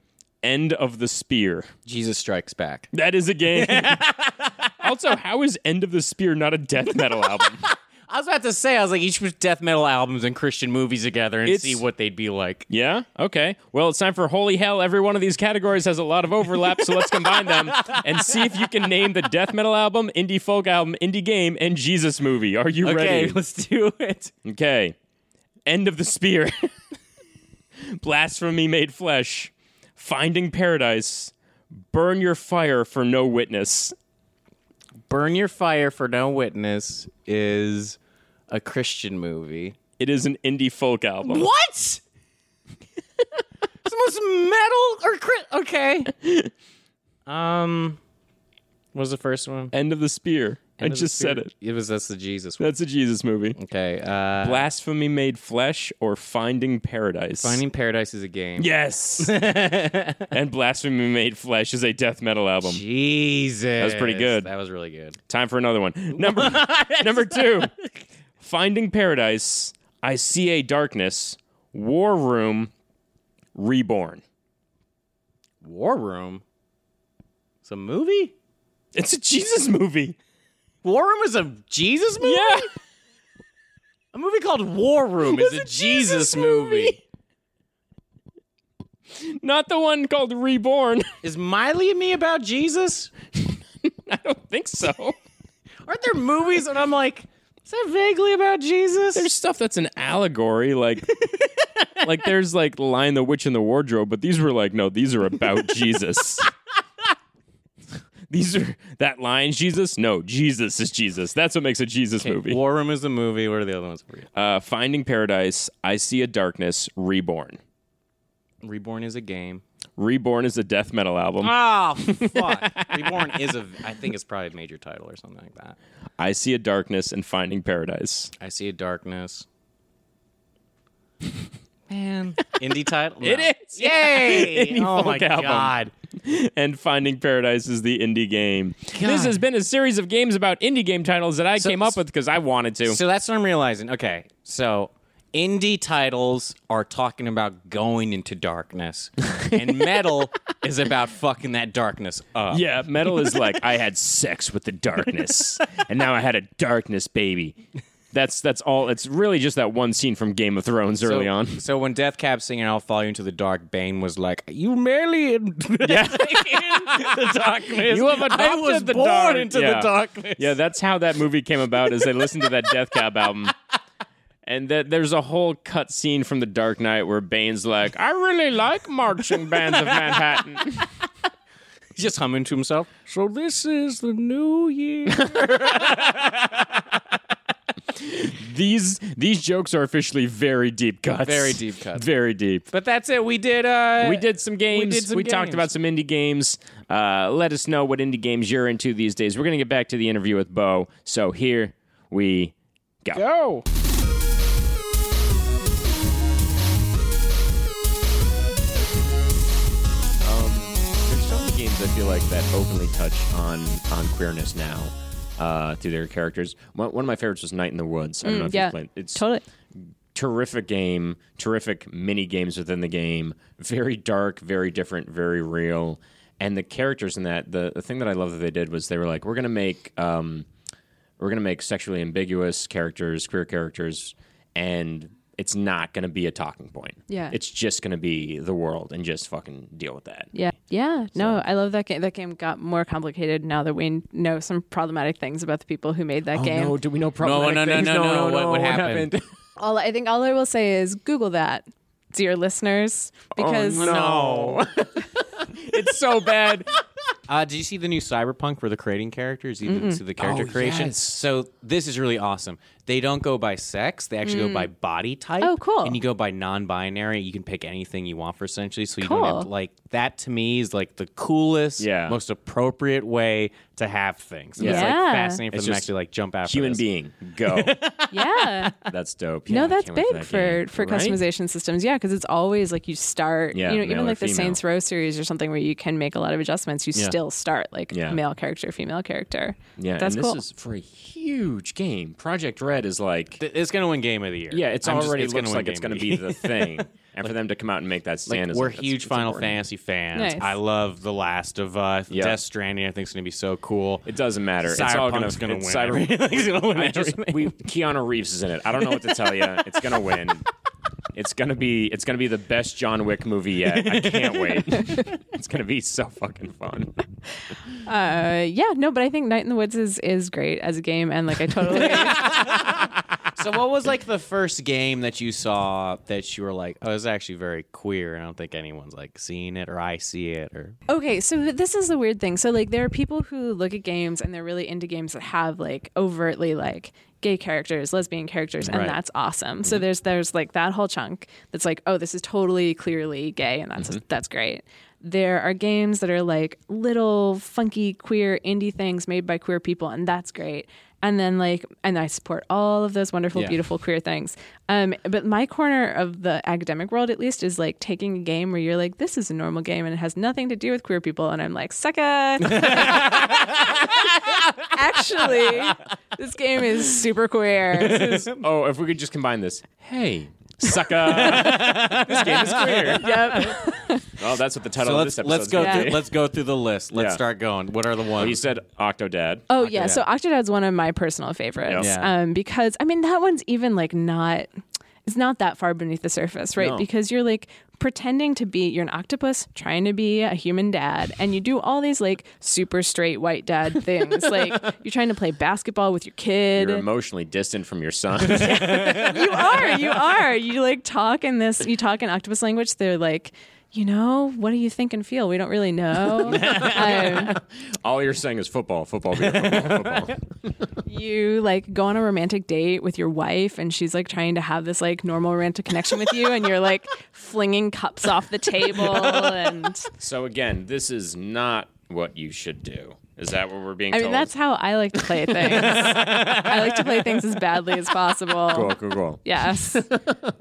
S2: End of the spear.
S1: Jesus Strikes Back.
S2: That is
S1: *laughs*
S2: a game. also, how is End of the Spear not a death metal album?
S1: I was about to say, I was like, you should put death metal albums and Christian movies together and
S2: It's-
S1: see what they'd be like.
S2: yeah? Okay. Well, it's time for Holy Hell. Every one of these categories has a lot of overlap, so let's combine them and see if you can name the death metal album, indie folk album, indie game, and Jesus movie. Are you
S1: Okay, *laughs*
S2: ready?
S1: let's do it.
S2: Okay. End of the spear. *laughs* Blasphemy made flesh. Finding paradise. Burn your fire for no witness.
S1: Burn Your Fire for No Witness is a Christian movie.
S2: It is an indie folk album.
S1: What? it's the most metal or crit. Okay. Um, what was the first one?
S2: End of the spear. I just said it.
S1: It was that's the Jesus one.
S2: That's a Jesus movie.
S1: Okay. Uh,
S2: Blasphemy made flesh or Finding Paradise.
S1: Finding Paradise is a game.
S2: *laughs* yes. and Blasphemy made flesh is a death metal album.
S1: Jesus. That
S2: was pretty good.
S1: That was really
S2: *laughs*
S1: good.
S2: Time for another one. Number number *laughs* two. Finding Paradise. I see a darkness. War Room. Reborn.
S1: War Room. It's a movie.
S2: It's a Jesus movie.
S1: War Room is a Jesus movie.
S2: Yeah.
S1: A movie called War Room is a, Jesus, movie.
S2: Not the one called Reborn. *laughs*
S1: Is Miley and Me about Jesus?
S2: I don't think so.
S1: Aren't there movies and I'm like, is that vaguely about Jesus?
S2: There's stuff that's an allegory, like like there's like Lion the Witch in the Wardrobe, but these were like, no, these are about Jesus. *laughs* These are that lion's Jesus? No, Jesus is Jesus. That's what makes a Jesus movie.
S1: War Room is the movie. What are the other ones for you?
S2: Uh, Finding Paradise, I See a Darkness, Reborn.
S1: Reborn is a game.
S2: Reborn is a death metal album.
S1: Oh fuck! *laughs* Reborn is a. I think it's probably a major title or something like that.
S2: I See a Darkness and Finding Paradise.
S1: I see a darkness. Man, indie title.
S2: It
S1: No.
S2: is.
S1: Yay!
S2: Indie
S1: oh my
S2: folk album.
S1: god.
S2: *laughs* and Finding Paradise is the indie game. This has been a series of games about indie game titles that I came up with because I wanted to.
S1: So that's what I'm realizing. Okay, so indie titles are talking about going into darkness, and metal is about fucking that darkness up.
S2: yeah, metal is like I had sex with the darkness, and now I had a darkness baby. That's that's all. It's really just that one scene from Game of Thrones early
S1: so,
S2: on.
S1: *laughs* So when Death Cab singing "I'll Follow You Into the Dark," Bane was like, "You merely *laughs* in
S2: Yeah.
S1: the darkness.
S2: You have
S1: I
S2: adopted
S1: was
S2: the
S1: born
S2: dark-
S1: into
S2: Yeah.
S1: the darkness."
S2: Yeah, that's how that movie came about. Is they listened to that Death Cab album, and that there's a whole cut scene from The Dark Knight where Bane's like, "I really like marching bands of Manhattan."
S1: *laughs* He's just humming to himself. So this is the new year.
S2: these these jokes are officially very deep cuts.
S1: Very deep cuts.
S2: Very
S1: *laughs*
S2: deep.
S1: but that's it. We did. Uh,
S2: We did some games. We,
S1: did some
S2: talked
S1: games.
S2: about some indie games. Uh, let us know what indie games you're into these days. We're going to get back to the interview with Bo. So here we go.
S1: go.
S2: Um, There's so many games I feel like that openly touch on on queerness now uh, through their characters. One, one of my favorites was Night in the Woods. I
S1: Mm,
S2: don't know if
S3: yeah.
S2: you've played. It's
S3: Totally.
S2: terrific game, terrific mini games within the game. Very dark, very different, very real. And the characters in that, the, the thing that I love that they did was they were like, we're gonna make um, we're gonna make sexually ambiguous characters, queer characters, and it's not gonna be a talking point.
S3: Yeah.
S2: It's just gonna be the world and just fucking deal with that.
S3: Yeah. Yeah. No, I love that game. That game got more complicated now that we know some problematic things about the people who made that
S2: Oh
S3: game.
S2: no! Do we know problematic
S1: no, no,
S2: things?
S1: no, no, what- what happened?
S3: All I think all I will say is Google that, dear listeners,
S2: Oh, *laughs*
S3: because
S2: no, it's so
S3: *laughs*
S2: bad.
S1: Uh, did you see the new Cyberpunk where they're creating characters? You didn't see the character
S2: Oh,
S1: creation.
S2: yes.
S1: So this is really awesome. They don't go by sex; they actually go by body type.
S3: Mm. Oh, cool.
S1: And you go by non-binary. You can pick anything you want for essentially. So you don't have
S3: Cool.
S1: to- like that. To me, is like the coolest,
S2: Yeah.
S1: most appropriate way to have things. And It's like
S3: Yeah.
S1: fascinating for
S2: It's
S1: them to
S2: just
S1: actually like jump after
S2: Human
S1: this.
S2: being, go. *laughs*
S3: yeah.
S2: That's dope. Yeah,
S3: No,
S2: I
S3: that's
S2: can't wait
S3: big for,
S2: that game.
S3: for
S2: Right?
S3: customization systems. Yeah, because it's always like you start,
S2: Yeah,
S3: you know,
S2: male or
S3: even like the
S2: female.
S3: Saints Row series or something where you can make a lot of adjustments, you
S2: Yeah.
S3: still start like
S2: Yeah.
S3: male character, female character.
S2: Yeah,
S3: that's
S2: and this
S3: cool.
S2: is for a huge game. Project Red is like,
S1: Th- It's gonna win Game of the Year.
S2: yeah, it's
S1: I'm just-
S2: already
S1: gonna
S2: looks
S1: win
S2: like it's
S1: Game
S2: going
S1: of
S2: to
S1: *laughs*
S2: be the thing, and for them to come out and make that stand
S1: Like,
S2: is
S1: we're
S2: like, that's-
S1: huge
S2: that's
S1: Final
S2: important.
S1: Fantasy fans.
S3: Nice.
S1: I love The Last of Us.
S2: Yeah.
S1: Death Stranding, I think, is going to be so cool.
S2: It doesn't matter. It's all going
S1: Cyberpunk's
S2: to
S1: gonna
S4: *laughs*
S1: win. *laughs*
S2: Cyber,
S1: Everything's gonna win
S2: I just,
S1: everything.
S2: we, Keanu Reeves is in it. I don't know what to tell you. It's going to win. It's gonna be it's gonna be the best John Wick movie yet. I
S1: *laughs*
S2: can't wait. it's gonna be so fucking fun.
S3: Uh, yeah, no, but I think Night in the Woods is is great as a game, and like
S2: *laughs*
S3: I totally.
S1: so, what was like the first game that you saw that you were like, "Oh, it's actually very queer"? I don't think anyone's like seeing it or I see it
S4: *laughs*
S1: or
S3: Okay, so this is the weird thing. So like there are people who look at games and they're really into games that have like overtly like gay characters, lesbian characters, and
S1: Right.
S3: that's awesome. So there's there's like that whole chunk that's like, oh, this is totally clearly gay and that's that's great. There are games that are like little funky queer indie things made by queer people and that's great. And then like and I support all of those wonderful
S1: Yeah.
S3: beautiful beautiful queer things. Um, but my corner of the academic world, at least, is like taking a game where you're like, this is a normal game and it has nothing to do with queer people. And I'm like, sucka. Actually, this game is super queer.
S2: Oh, if we could just combine this. Hey,
S1: *laughs*
S2: sucker! this game is queer.
S3: Yep.
S2: Well, that's what the title
S1: So
S2: of
S1: let's
S2: this episode
S1: let's go
S3: gonna
S1: through,
S3: be.
S1: let's go through the list. Let's
S2: Yeah.
S1: start going. What are the
S2: You
S1: ones?
S2: said Octodad.
S3: Oh, yeah. So Octodad's one of my personal favorites.
S1: Yeah. Yeah.
S3: Um, because, I mean, that one's even like not, it's not that far beneath the surface, right?
S2: No.
S3: Because you're like, pretending to be you're an octopus trying to be a human dad and you do all these like super straight
S2: *laughs*
S3: white dad things like you're trying to play basketball with your kid
S2: You're emotionally distant from your son.
S3: you are. You are. You like talk in this. You talk in octopus language. They're like, you know, what do you think and feel? We don't really
S2: *laughs*
S3: know. um,
S2: All you're saying is football, football, beer, football, football.
S3: you like go on a romantic date with your wife, and she's like trying to have this like normal romantic connection with you, and you're like flinging cups off the table, and
S2: So again, this is not what you should do. Is that what we're being
S3: I
S2: told?
S3: mean, that's how I like to play things. I like to play things as badly as possible.
S2: cool, cool, cool.
S3: Yes.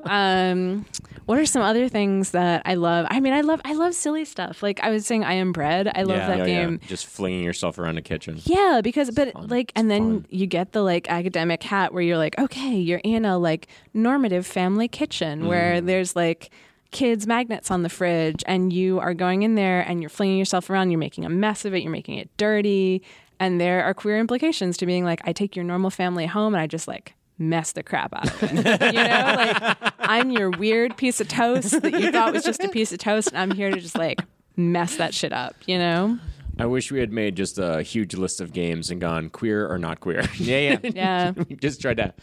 S3: um, what are some other things that I love? I mean, I love I love silly stuff. Like I was saying, I am bread. I love
S1: Yeah.
S3: that
S2: Yeah, Oh, yeah.
S3: game.
S2: Just flinging yourself around the kitchen.
S3: Yeah, because but like and then
S2: fun.
S3: you get the like academic hat where you're like, okay, you're in a like normative family kitchen
S2: Mm.
S3: where there's like kids magnets on the fridge and you are going in there and you're flinging yourself around, you're making a mess of it, you're making it dirty, and there are queer implications to being like I take your normal family home and I just like mess the crap out
S2: *laughs*
S3: of it. you know, like I'm your weird piece of toast that you thought was just a piece of toast and I'm here to just like mess that shit up, you know?
S2: I wish we had made just a huge list of games and gone queer or not queer. *laughs*
S1: Yeah,
S4: *laughs*
S1: yeah.
S3: Yeah.
S2: we just tried to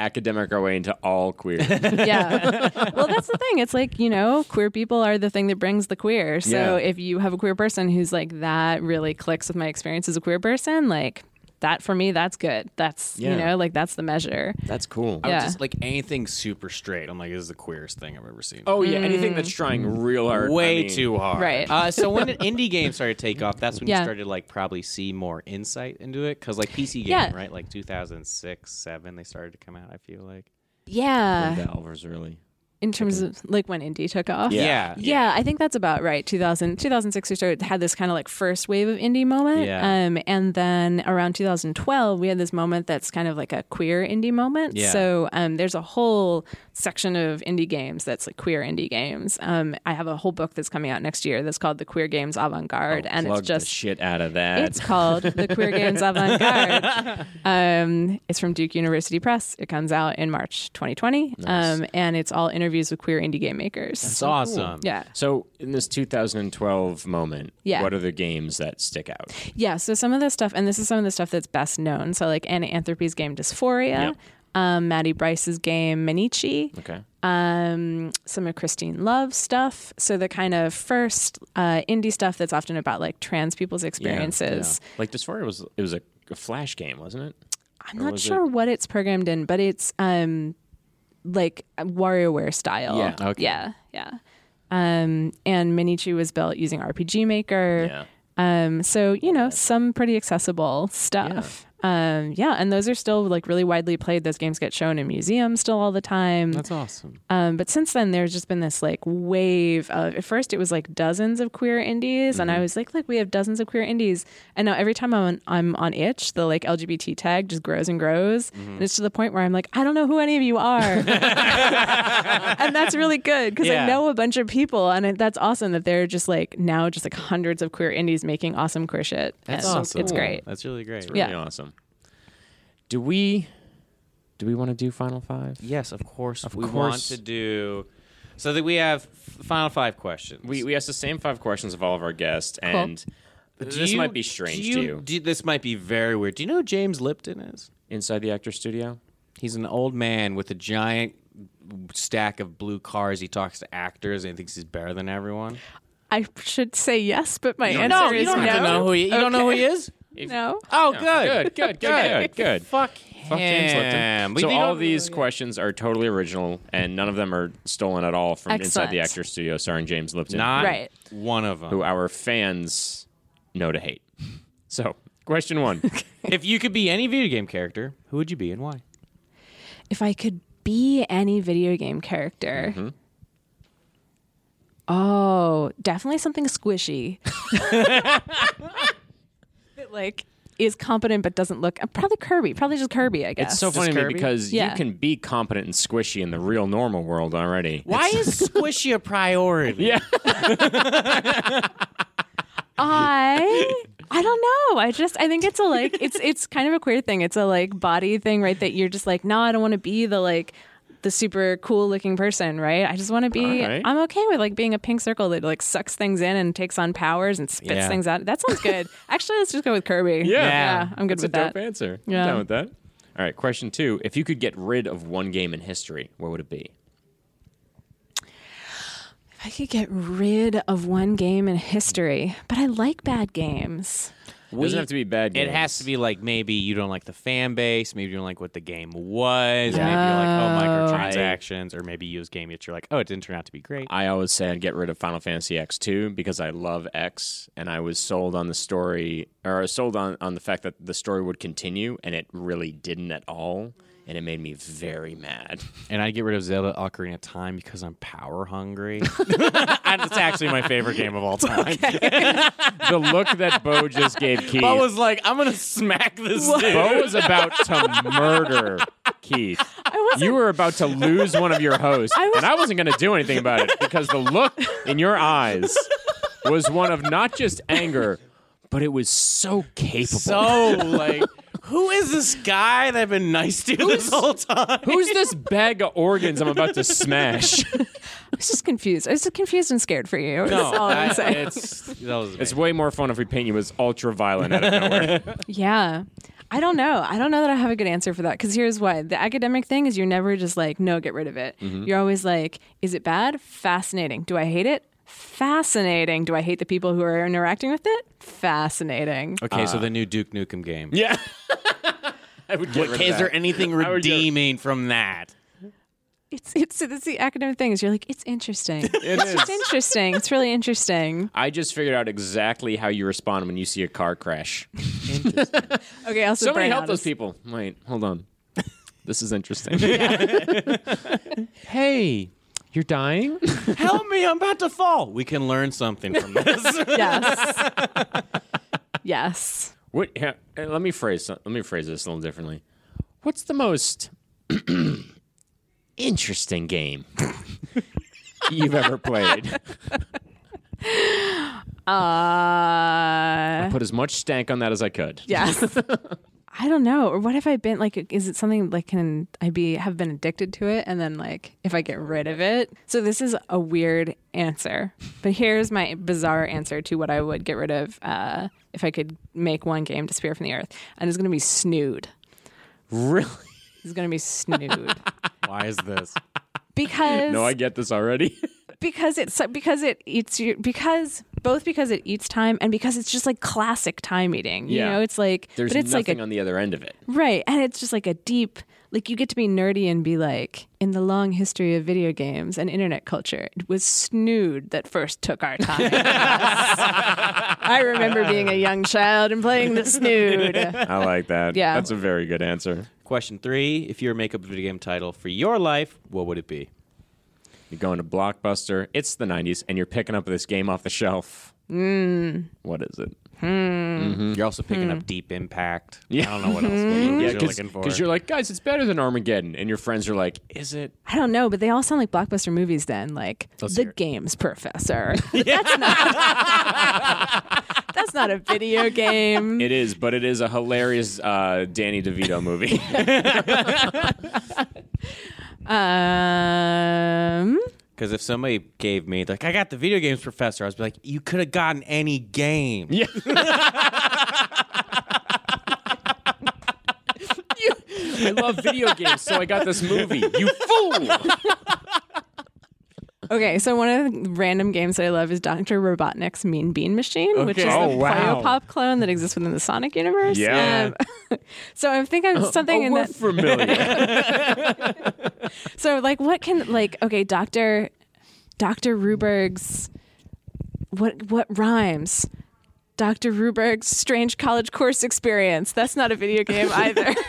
S2: academic our way into all queer. *laughs*
S3: yeah. Well, that's the thing. It's like, you know, queer people are the thing that brings the queer. So
S2: Yeah.
S3: if you have a queer person who's like, that really clicks with my experience as a queer person, like, that for me, that's good. That's, you
S2: Yeah.
S3: know, like, that's the measure.
S2: That's cool.
S3: Yeah.
S4: Just like anything super straight. I'm like, this is the queerest thing I've ever seen.
S2: Oh yeah, anything that's trying real hard. I
S4: way
S2: mean-
S4: too hard.
S3: Right.
S1: Uh, so
S4: *laughs*
S1: when an indie game started to take off, that's when
S3: Yeah.
S1: you started to, like probably see more insight into it because like PC game,
S3: Yeah.
S1: right? Like 2006, seven, they started to come out. I feel like
S3: Yeah.
S2: Valve's really.
S3: In terms of like when indie took off.
S1: yeah,
S3: Yeah, I think that's about right. 2000, 2006 or so had this kind of like first wave of indie moment.
S1: Yeah.
S3: Um, and then around 2012, we had this moment that's kind of like a queer indie moment.
S1: Yeah.
S3: So um, there's a whole section of indie games that's like queer indie games. Um, I have a whole book that's coming out next year that's called The Queer Games Avant Garde. and
S2: Oh, Plug
S3: it's just
S2: the shit out of that.
S3: it's called The Queer Games Avant Garde. Um, it's from Duke University Press. It comes out in March 2020. Um, and it's all interviews with queer indie game makers.
S1: it's awesome.
S3: yeah.
S2: so in this 2012 moment,
S3: Yeah.
S2: what are the games that stick out?
S3: Yeah, so some of the stuff, and this is some of the stuff that's best known. So, like Anna Anthropy's game Dysphoria,
S2: Yep.
S3: um, Maddie Bryce's game Manichi,
S2: Okay.
S3: um, some of Christine Love's stuff. So, the kind of first uh, indie stuff that's often about like trans people's experiences.
S2: Yeah. Like Dysphoria was it was a, a flash game, wasn't it?
S3: I'm not
S2: was it-
S3: sure what it's programmed in, but it's um, like WarioWare style.
S2: Yeah, okay.
S3: Yeah, yeah. Um, and Minichi was built using RPG Maker.
S2: Yeah.
S3: Um, so you know, some pretty accessible stuff. Um, yeah, and those are still like really widely played. Those games get shown in museums still all the time.
S1: That's awesome.
S3: Um, but since then, there's just been this like wave of. At first, it was like dozens of queer indies,
S1: Mm-hmm.
S3: and I was like, "Look, we have dozens of queer indies." And now every time I'm on, I'm on itch, the like LGBT tag just grows and grows,
S1: Mm-hmm.
S3: and it's to the point where I'm like, "I don't know who any of
S1: *laughs*
S3: you are," and that's really good because I
S1: Yeah.
S3: know a bunch of people, and it, that's awesome that there are just like now just like hundreds of queer indies making awesome queer shit.
S1: That's
S3: And
S1: awesome.
S3: It's great.
S1: That's really great.
S3: Yeah.
S2: Really awesome. Do we do we want to do Final Five?
S1: Yes, of course. we want
S2: course.
S1: to do so that we have f- final five questions.
S2: We we asked the same five questions of all of our guests, and
S1: Do
S2: this
S1: you-
S2: might be strange
S1: do
S2: to
S1: you,
S2: you.
S1: do- this might be very weird. Do you know who James Lipton is?
S2: Inside the Actor Studio.
S1: He's an old man with a giant stack of blue cars. He talks to actors and he thinks he's better than everyone.
S3: I should say yes, but my answer
S1: No,
S3: is
S1: you don't
S3: no.
S1: have to know who he. You don't know who he is.
S3: no.
S1: Oh,
S2: Good, good, good, good, good.
S1: Fuck
S2: Fuck James Lipton.
S1: We-
S2: So
S1: we
S2: all
S1: don't-
S2: of these questions are totally original, and none of them are stolen at all from Inside the
S3: Excellent.
S2: Actor Studio, starring James Lipton,
S1: Not
S3: Right.
S1: one of them.
S2: who our fans know to hate. So,
S1: *laughs*
S2: question one:
S1: If you could be any video game character, who would you be and why?
S3: if I could be any video game character. Oh, definitely something squishy. *laughs* that like is competent but doesn't look uh, probably Kirby, probably just Kirby, I guess.
S2: It's so funny to me
S1: Kirby?
S2: because
S3: Yeah.
S2: you can be competent and squishy in the real normal world already.
S1: Why is Squishy a priority?
S2: Yeah.
S3: I I don't know. I just I think it's a like it's it's kind of a queer thing. It's a like body thing, right? That you're just like, no, I don't want to be the like the super cool looking person, right? I just want to be
S2: All right.
S3: I'm okay with like being a pink circle that like sucks things in and takes on powers and spits
S1: Yeah.
S3: things out. That sounds
S2: *laughs*
S3: good. Actually, let's just go with Kirby.
S2: Yeah.
S3: I'm good
S2: That's
S3: with
S2: a
S3: that.
S2: dope answer. I'm
S3: Yeah.
S2: down with that. All right, question two. If you could get rid of one game in history, what would it be?
S3: I could get rid of one game in history, but I like bad games.
S1: We-
S2: doesn't have to be bad
S1: It has
S2: games.
S1: to be like maybe you don't like the fan base, maybe you don't like what the game was, maybe you're like, oh, microtransactions, or maybe you use game that you're like, oh, it didn't turn out to be great.
S2: I always say I'd get rid of Final Fantasy X2 because I love X and I was sold on the story or I was sold on, on the fact that the story would continue and it really didn't at all. And it made me very mad. *laughs*
S1: And I'd get rid of Zelda Ocarina of Time because I'm power hungry. *laughs* and it's actually my favorite game of *laughs* all time.
S2: the look that Bo just gave Keith.
S1: I was like, I'm gonna smack this dude.
S2: Bo was about to murder Keith. you were about to lose one of your hosts, and I wasn't going to do anything about it because the look in your eyes was one of not just anger, but it was so capable.
S1: So like, who is this guy that I've been nice to this whole time?
S2: Who's this bag of organs I'm about to smash?
S3: I was just confused. I was just confused and scared for you. That's all I'm
S1: that,
S3: saying.
S1: it's that was
S2: It's way more fun if we paint you as ultra violent out of nowhere.
S3: Yeah. I don't know. I don't know that I have a good answer for that. Because here's why the academic thing is you're never just like, no, get rid of it. You're always like, is it bad? Fascinating. Do I hate it? Fascinating. Do I hate the people who are interacting with it? Fascinating.
S1: okay. so the new Duke Nukem game.
S2: *laughs* Yeah. I would get rid of
S1: Is there
S2: that.
S1: anything
S2: would do-
S1: redeeming from that?
S3: It's, it's it's the academic things. You're like, it's interesting.
S2: It
S3: it's
S2: is.
S3: interesting. It's really interesting.
S2: I just figured out exactly how you respond when you see a car crash.
S3: Okay, also
S2: Somebody
S3: Brian
S2: help
S3: Adams.
S2: those people. Wait, hold
S3: *laughs*
S2: on. This is interesting. hey, you're dying?
S1: Help me! I'm about to fall. We can learn something from *laughs* this.
S3: Yes. yes. *laughs*
S2: What? Yeah, uh, let me phrase let me phrase this a little differently. What's the most *clears throat* interesting game *laughs* you've ever played?
S3: Uh
S2: Put as much stank on that as I could. *laughs*
S3: yes. I don't know. Or what have I been like is it something like can I be have been addicted to it and then like if I get rid of it? So this is a weird answer. But here's my bizarre answer to what I would get rid of uh if I could make one game disappear from the earth. And it's gonna be snood.
S2: Really?
S3: It's gonna
S2: *laughs*
S3: be snood.
S1: Why is this?
S3: Because
S2: No, I get this
S3: *laughs*
S2: already.
S3: because it's because it eats you because both because it eats time and because it's just like classic time eating. You
S2: Yeah.
S3: know, it's like
S2: There's
S3: but it's like
S2: nothing
S3: a,
S2: on the other end of
S3: *laughs*
S2: it.
S3: right, and it's just like a deep like you get to be nerdy and be like in the long history of video games and internet culture it was snood that first took our time Yes. i remember being a young child and playing the snood
S2: I like that.
S3: Yeah. That's
S2: a very good answer.
S1: Question three: If you were to make up a video game title for your life, what would it be?
S2: You're going to Blockbuster. It's the 90s, and you're picking up this game off the shelf.
S3: Mm.
S2: What is it?
S1: You're also picking up Deep Impact. Mm. Hmm. Yeah. I don't know what else yeah, you're looking for.
S2: Because you're like, guys, it's better than Armageddon. And your friends are like, is it?
S1: *laughs*
S3: i don't know but they all sound like blockbuster movies then like the games professor
S1: *laughs*
S3: But that's not that's not a video
S2: *laughs*
S3: game
S2: It is, but it is a hilarious uh, Danny DeVito movie.
S3: Um,
S1: Because if somebody gave me like, I got the video games professor, I was like, you could have gotten any game. Yeah.
S2: *laughs* I love video games, so I got this movie. You
S3: *laughs*
S2: fool!
S3: okay, so one of the random games that I love is Dr. Robotnik's Mean Bean Machine, which is
S2: Okay.
S3: the
S2: Oh, wow.
S3: Pop clone that exists within the Sonic universe.
S2: Yeah.
S3: Um, *laughs* so I think I'm something
S2: oh,
S3: in that.
S2: familiar.
S3: So like, what can like? Okay, Doctor, Doctor Ruberg's, what what rhymes? Dr. Ruberg's strange college course experience. That's not a video game either. *laughs*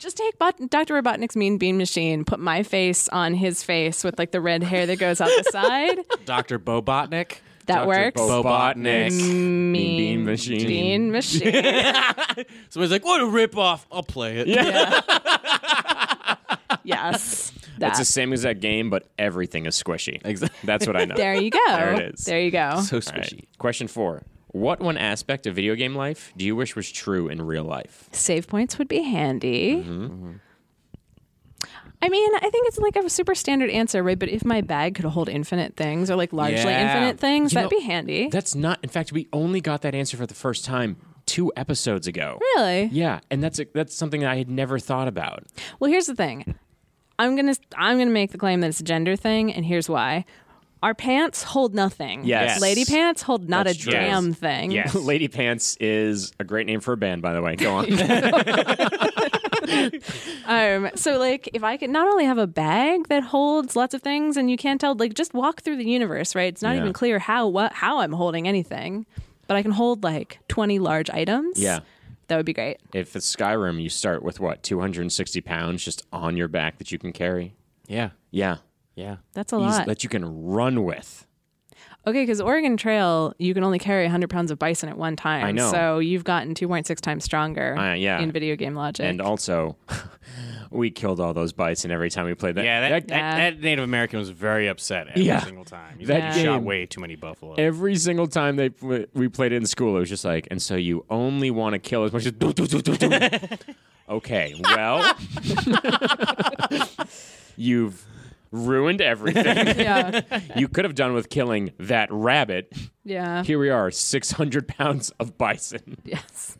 S3: Just take Bot- Dr. Robotnik's mean bean machine, put my face on his face with like the red hair that goes out the side.
S1: Dr. Bobotnik.
S3: That *laughs* works.
S2: Bobotnik. *laughs*
S3: mean
S2: Bean Machine. *laughs*
S3: Bean machine.
S1: Somebody's like, what a ripoff. I'll play it. Yeah.
S3: yes.
S2: It's
S3: That.
S2: the same as that game, but everything is squishy.
S1: Exactly.
S2: *laughs* That's what I know.
S3: there you go.
S2: There it is.
S3: There you go.
S1: So
S2: All right.
S1: squishy.
S2: Question four. What one aspect of video game life do you wish was true in real life?
S3: Save points would be handy.
S2: Mm-hmm.
S3: I mean, I think it's like a super standard answer, right? But if my bag could hold infinite things or like largely
S1: Yeah.
S3: infinite things,
S2: You
S3: that'd
S2: know,
S3: be handy.
S2: That's not. In fact, we only got that answer for the first time two episodes ago.
S3: really?
S2: Yeah, and that's a, that's something I had never thought about.
S3: Well, here's the thing. I'm gonna I'm gonna make the claim that it's a gender thing, and here's why. Our pants hold nothing.
S2: Yes.
S3: Lady pants hold not
S2: That's
S3: a
S2: true.
S3: damn thing.
S1: Yes.
S2: *laughs* Lady Pants is a great name for a band, by the
S1: *laughs*
S2: way. Go on. *laughs*
S3: Um, so like if I could not only have a bag that holds lots of things and you can't tell, like just walk through the universe, right? It's not
S2: Yeah.
S3: even clear how what how I'm holding anything. But I can hold like twenty large items.
S2: Yeah.
S3: That would be great.
S2: if it's Skyrim, you start with what, 260 pounds just on your back that you can carry?
S1: Yeah.
S2: Yeah.
S1: Yeah.
S3: That's a
S2: Eas-
S3: lot.
S2: that you can run with.
S3: Okay, because Oregon Trail, you can only carry 100 pounds of bison at one time.
S2: I know.
S3: So you've gotten 2.6 times stronger
S2: Uh, yeah.
S3: in video game logic.
S2: And also, *laughs* we killed all those bison every time we *laughs* played that.
S1: Yeah, that,
S3: Yeah.
S1: That, that Native American was very upset every
S2: Yeah.
S1: single time. He's
S2: That
S1: like, you shot
S2: game-
S1: way too many buffalo.
S2: every single time they we played it in school, it was just like, and so you only want to kill as *laughs*
S1: *laughs*
S2: much as. do, do, do, do, do." okay, well, *laughs* you've
S1: *laughs*
S2: ruined everything
S3: yeah.
S2: you could have done with killing that rabbit.
S3: Yeah.
S2: Here we are, six hundred pounds of bison.
S3: yes.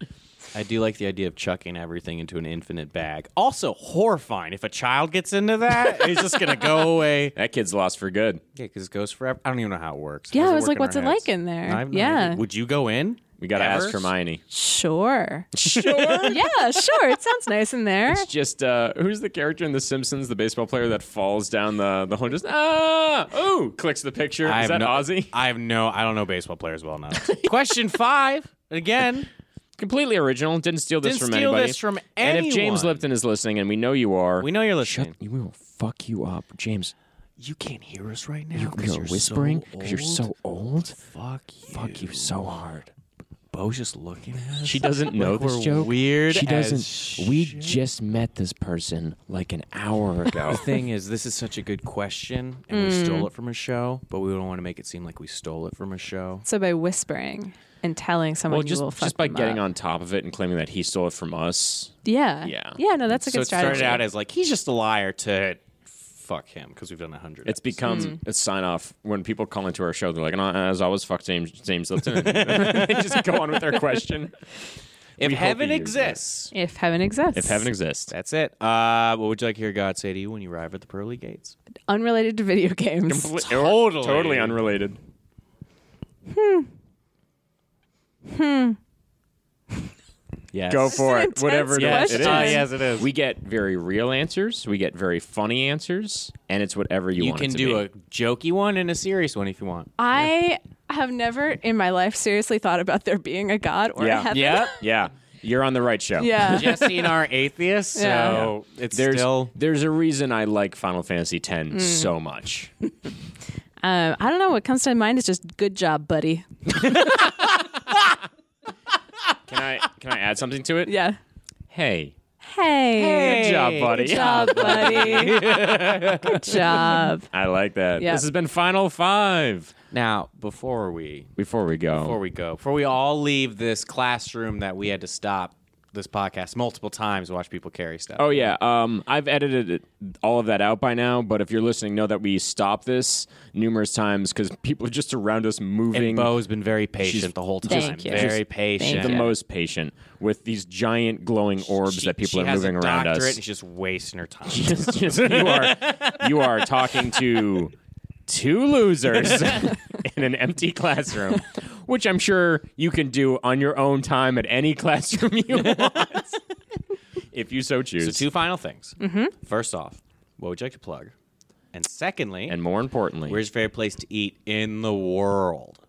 S1: I do like the idea of chucking everything into an infinite bag. Also horrifying. If a child gets into that, *laughs* it's just gonna go away.
S2: That kid's lost for good.
S1: Yeah, because it goes forever. I don't even know how it works.
S3: Yeah,
S1: Does
S3: I was
S1: work
S3: like,
S1: in our
S3: what's it
S1: heads?
S3: like in there?
S1: I have no
S3: Yeah.
S1: idea. Would you go in?
S2: We got to
S1: Ever?
S2: ask Hermione.
S3: Sure. Sure. *laughs* yeah, sure. It sounds nice in there.
S2: It's just uh, who's the character in The Simpsons, the baseball player that falls down the the hole, and just ah, ooh, clicks the picture.
S1: I
S2: Is
S1: have
S2: that
S1: no,
S2: Ozzy?
S1: *laughs* I have no. I don't know baseball players well
S3: *laughs*
S1: enough. Question five again.
S2: Completely original. Didn't steal *laughs* this
S1: Didn't
S2: from
S1: steal
S2: anybody.
S1: this from
S2: And if James
S1: anyone.
S2: Lipton is listening, and we know you are,
S1: We know you're listening.
S2: we will fuck you up, James.
S1: You can't hear us right now.
S2: You, you're, whispering because you're so old.
S1: Fuck you.
S2: Fuck you so hard.
S1: Bo's just looking at us. *laughs*
S2: She doesn't know this
S1: we're
S2: joke.
S1: weird
S2: She
S1: as
S2: doesn't. We just met this person like an hour ago.
S1: The thing is, this is such a good question, and we
S3: Mm.
S1: stole it from a show, but we don't want to make it seem like we stole it from a show.
S3: So by whispering and telling
S2: *laughs*
S3: someone
S2: well,
S3: you
S2: just
S3: will fuck
S2: just by
S3: them
S2: getting
S3: up.
S2: on top of it and claiming that he stole it from us.
S3: Yeah.
S2: Yeah.
S3: Yeah, no, that's a
S1: so
S3: good
S1: it started
S3: strategy.
S1: out as like he's just a liar to fuck him because we've done a hundred.
S2: It's become a sign off when people call into our show. They're like, "And I- "As always, fuck James James
S3: *laughs*
S2: Lipton." they just go on with their question.
S1: if
S2: we hope
S1: heaven
S2: he uses
S1: exists.
S3: if heaven exists.
S2: If heaven exists,
S1: That's it. Uh, what would you like to hear God say to you when you arrive at the pearly gates?
S3: Unrelated to video games.
S1: Totally.
S2: totally unrelated.
S1: Yes.
S2: Go for
S3: an
S2: it.
S3: intense
S2: Whatever it
S1: Yes.
S2: is.
S3: question. Ah,
S2: It
S1: Uh,
S2: is.
S1: yes, it is.
S2: We get very real answers. We get very funny answers, and it's whatever you,
S1: you
S2: want.
S1: can
S2: it to
S1: do
S2: be.
S1: a jokey one and a serious one if you want.
S3: I have never in my life seriously thought about there being a god or a
S2: yeah,
S3: heaven.
S2: yeah, yeah. You're on the right show.
S3: *laughs* Yeah.
S1: Jesse and I are
S3: *laughs*
S1: atheists, so it's
S2: There's
S1: still Mm.
S2: there's a reason I like Final Fantasy X so much.
S3: Um, I don't know. What comes to mind is just good job, buddy.
S2: Can I can I add something to it?
S3: Yeah.
S2: Hey,
S3: Hey.
S2: good job, buddy.
S3: Good job, buddy. good job.
S2: *laughs* I like that.
S3: Yeah.
S2: This has been Final Five.
S1: now. Before we
S2: Before we go,
S1: before we go, before we all leave this classroom that we had to stop this podcast multiple times to watch people carry stuff.
S2: oh yeah, um, I've edited it, all of that out by now. But if you're listening, know that we stopped this numerous times because people are just around us moving.
S1: and Bo's been very patient
S2: She's-
S1: the whole time.
S3: Thank you.
S1: Very
S3: She's-
S1: patient.
S2: the most patient with these giant glowing orbs
S1: She-
S2: that people
S1: she
S2: are
S1: has
S2: moving
S1: a
S2: around
S1: doctorate
S2: us.
S1: And she's just wasting her time.
S2: Yes, yes, you are you are talking to two losers *laughs* in an empty classroom, which I'm sure you can do on your own time at any classroom *laughs* you want, if you so
S1: So
S2: choose.
S1: two final things.
S3: Mm-hmm.
S1: First off, what would you like to plug? And secondly,
S2: and more importantly,
S1: where's your favorite place to eat in the world?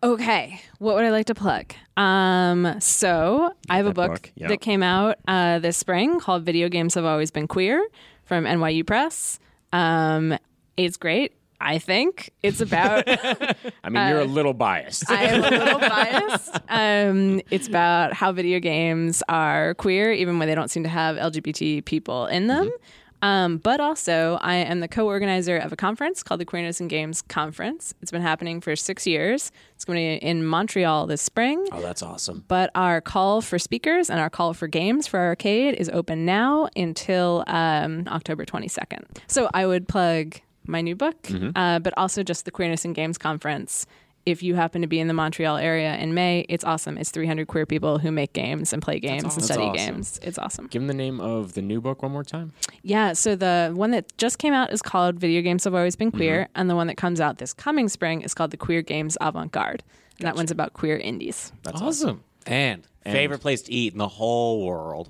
S3: Okay, what would I like to plug? Um, so I have a
S2: that
S3: book,
S2: book, yeah.
S3: that came out uh, this spring called "Video Games Have Always Been Queer" from NYU Press. Um, it's great. I think
S2: *laughs*
S3: it's about.
S2: I mean, you're a little biased.
S3: I am a little biased. Um, it's about how video games are queer, even when they don't seem to have LGBT people in them.
S2: Mm-hmm.
S3: Um, but also, I am the co organizer of a conference called the Queerness in Games Conference. It's been happening for six years. It's going to be in Montreal this spring.
S2: oh, that's awesome.
S3: But our call for speakers and our call for games for our arcade is open now until um, October 22nd.
S2: Mm-hmm.
S3: So I would plug my new book, uh, but also just the Queerness in Games Conference if you happen to be in the Montreal area in May, it's awesome. It's 300 queer people who make games and play games and study
S2: That's awesome.
S3: games. It's awesome.
S2: Give him the name of the new book one more time.
S3: Yeah, so the one that just came out is called Video Games Have Always
S2: Mm-hmm.
S3: Been Queer, and the one that comes out this coming spring is called The Queer Games Avant Garde. And that one's about queer indies.
S2: That's
S4: awesome. And,
S1: Favorite place to eat in the whole
S3: *laughs*
S1: world.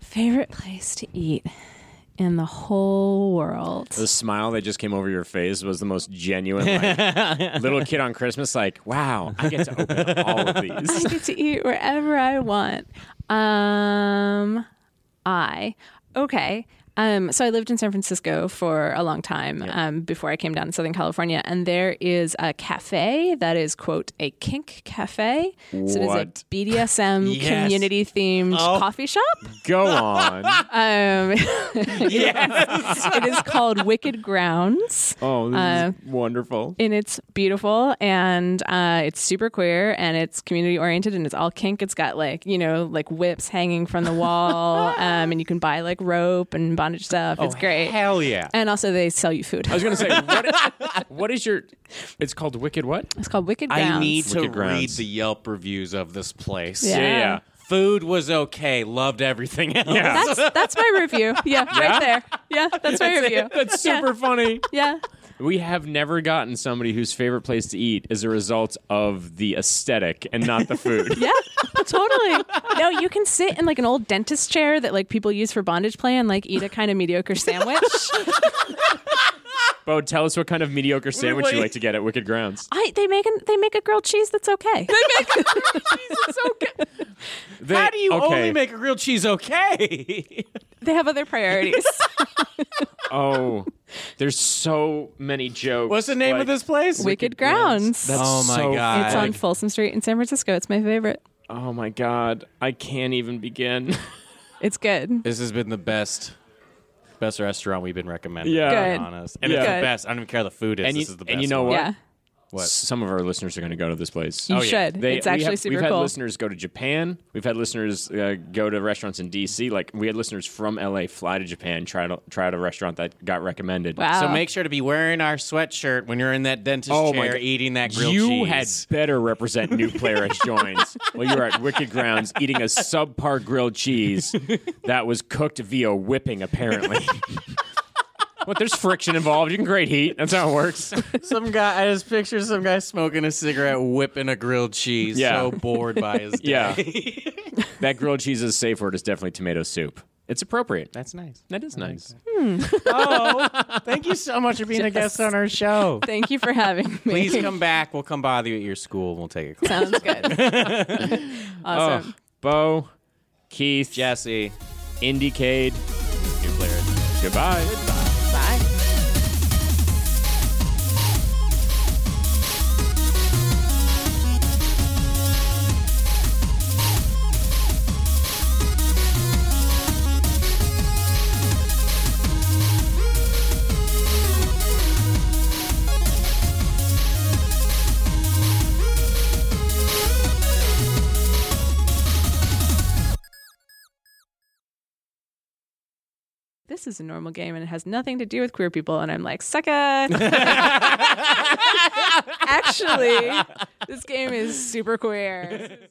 S3: Favorite place to eat in the whole world.
S2: The smile that just came over your face was the most genuine, like, *laughs* little kid on Christmas, like, wow, I get to open up all *laughs* of
S3: *laughs* I
S2: these.
S3: get to eat wherever I want. Um, I okay. Um, so I lived in San Francisco for a long time um, before I came down to Southern California, and there is a cafe that is quote a kink cafe. So it is a
S2: What?
S3: BDSM
S1: Yes.
S3: community themed coffee shop.
S2: Go *laughs* on.
S3: Um, *laughs* it is called Wicked Grounds.
S2: Oh, this is wonderful.
S3: and it's beautiful and uh, it's super queer and it's community oriented and it's all kink. It's got like you know like whips hanging from the wall um, and you can buy like rope and bondage stuff. It's great.
S1: Oh, Hell yeah.
S3: and also they sell you food.
S2: I was gonna say,
S1: *laughs*
S2: what, what is your? It's called Wicked. What?
S3: It's called Wicked Grounds.
S1: I need to
S2: Wicked grounds.
S1: read the Yelp reviews of this place.
S3: Yeah.
S2: yeah.
S1: Food was okay. Loved everything else. Yeah.
S3: That's that's my review. Yeah, right there. Yeah, that's my review.
S2: That's super funny.
S3: Yeah.
S2: We have never gotten somebody whose favorite place to eat is a result of the aesthetic and not
S1: *laughs*
S2: the food.
S3: Yeah, totally. No, you can sit in like an old dentist chair that like people use for bondage play and like eat a kind of mediocre sandwich.
S2: Bo, tell us what kind of mediocre sandwich you like to get at Wicked Grounds.
S3: I they make an, they make a grilled cheese that's okay.
S1: *laughs*
S3: *laughs*
S1: How do you
S2: okay.
S1: only make a grilled cheese okay? *laughs*
S3: They have
S2: *laughs*
S3: other priorities.
S2: Oh, there's so many jokes.
S1: What's the name
S2: Like,
S1: of this place?
S3: Wicked Grounds.
S2: That's
S1: Oh my
S2: so
S1: God.
S3: it's
S2: funny.
S3: on Folsom Street in San Francisco. It's my favorite.
S2: Oh my god, I can't even begin.
S3: It's good.
S1: This has been the best best restaurant we've been recommended.
S2: Yeah.
S1: to be
S3: Good.
S1: honest. And it's
S2: Yeah.
S1: the best. I don't even care how the food is.
S2: And you-
S1: this is the best.
S2: and you know
S1: one.
S2: What?
S3: Yeah,
S1: What?
S2: Some of our listeners are going to go to this place.
S3: you
S1: Oh, yeah.
S3: should.
S2: They-
S3: it's
S2: we
S3: actually
S2: have,
S3: super
S2: We've had
S3: cool.
S2: listeners go to Japan. We've had listeners uh, go to restaurants in DC. Like we had listeners from LA fly to Japan, try to try out a restaurant that got recommended.
S3: wow.
S1: So make sure to be wearing our sweatshirt when you're in that dentist
S2: Oh my
S1: chair
S2: God.
S1: eating that grilled
S2: You
S1: cheese.
S2: had better represent New Player *laughs* at Joins while you were at Wicked Grounds eating a subpar grilled cheese that was cooked via whipping, *laughs* apparently. What there's friction involved. You can grade heat. That's how it works.
S1: some guy. I just picture some guy smoking a cigarette, whipping a grilled cheese.
S2: Yeah.
S1: So bored by *laughs* his. Day.
S2: Yeah. that grilled cheese's safe word is definitely tomato soup. It's appropriate. That's
S1: nice.
S2: that is nice.
S1: Oh, thank you so much for being a guest on our show.
S3: *laughs* Thank you for having me.
S1: Please come back. We'll come bother you at your school. and We'll take a class.
S3: *laughs* Sounds
S2: *laughs*
S3: good.
S2: Oh.
S3: awesome.
S2: Bo, Keith,
S1: Jesse.
S2: Indiecade, New Player. Goodbye.
S3: Bye. This is a normal game and it has nothing to do with queer people. And I'm like, sucker.
S2: *laughs*
S3: Actually, this game is super queer.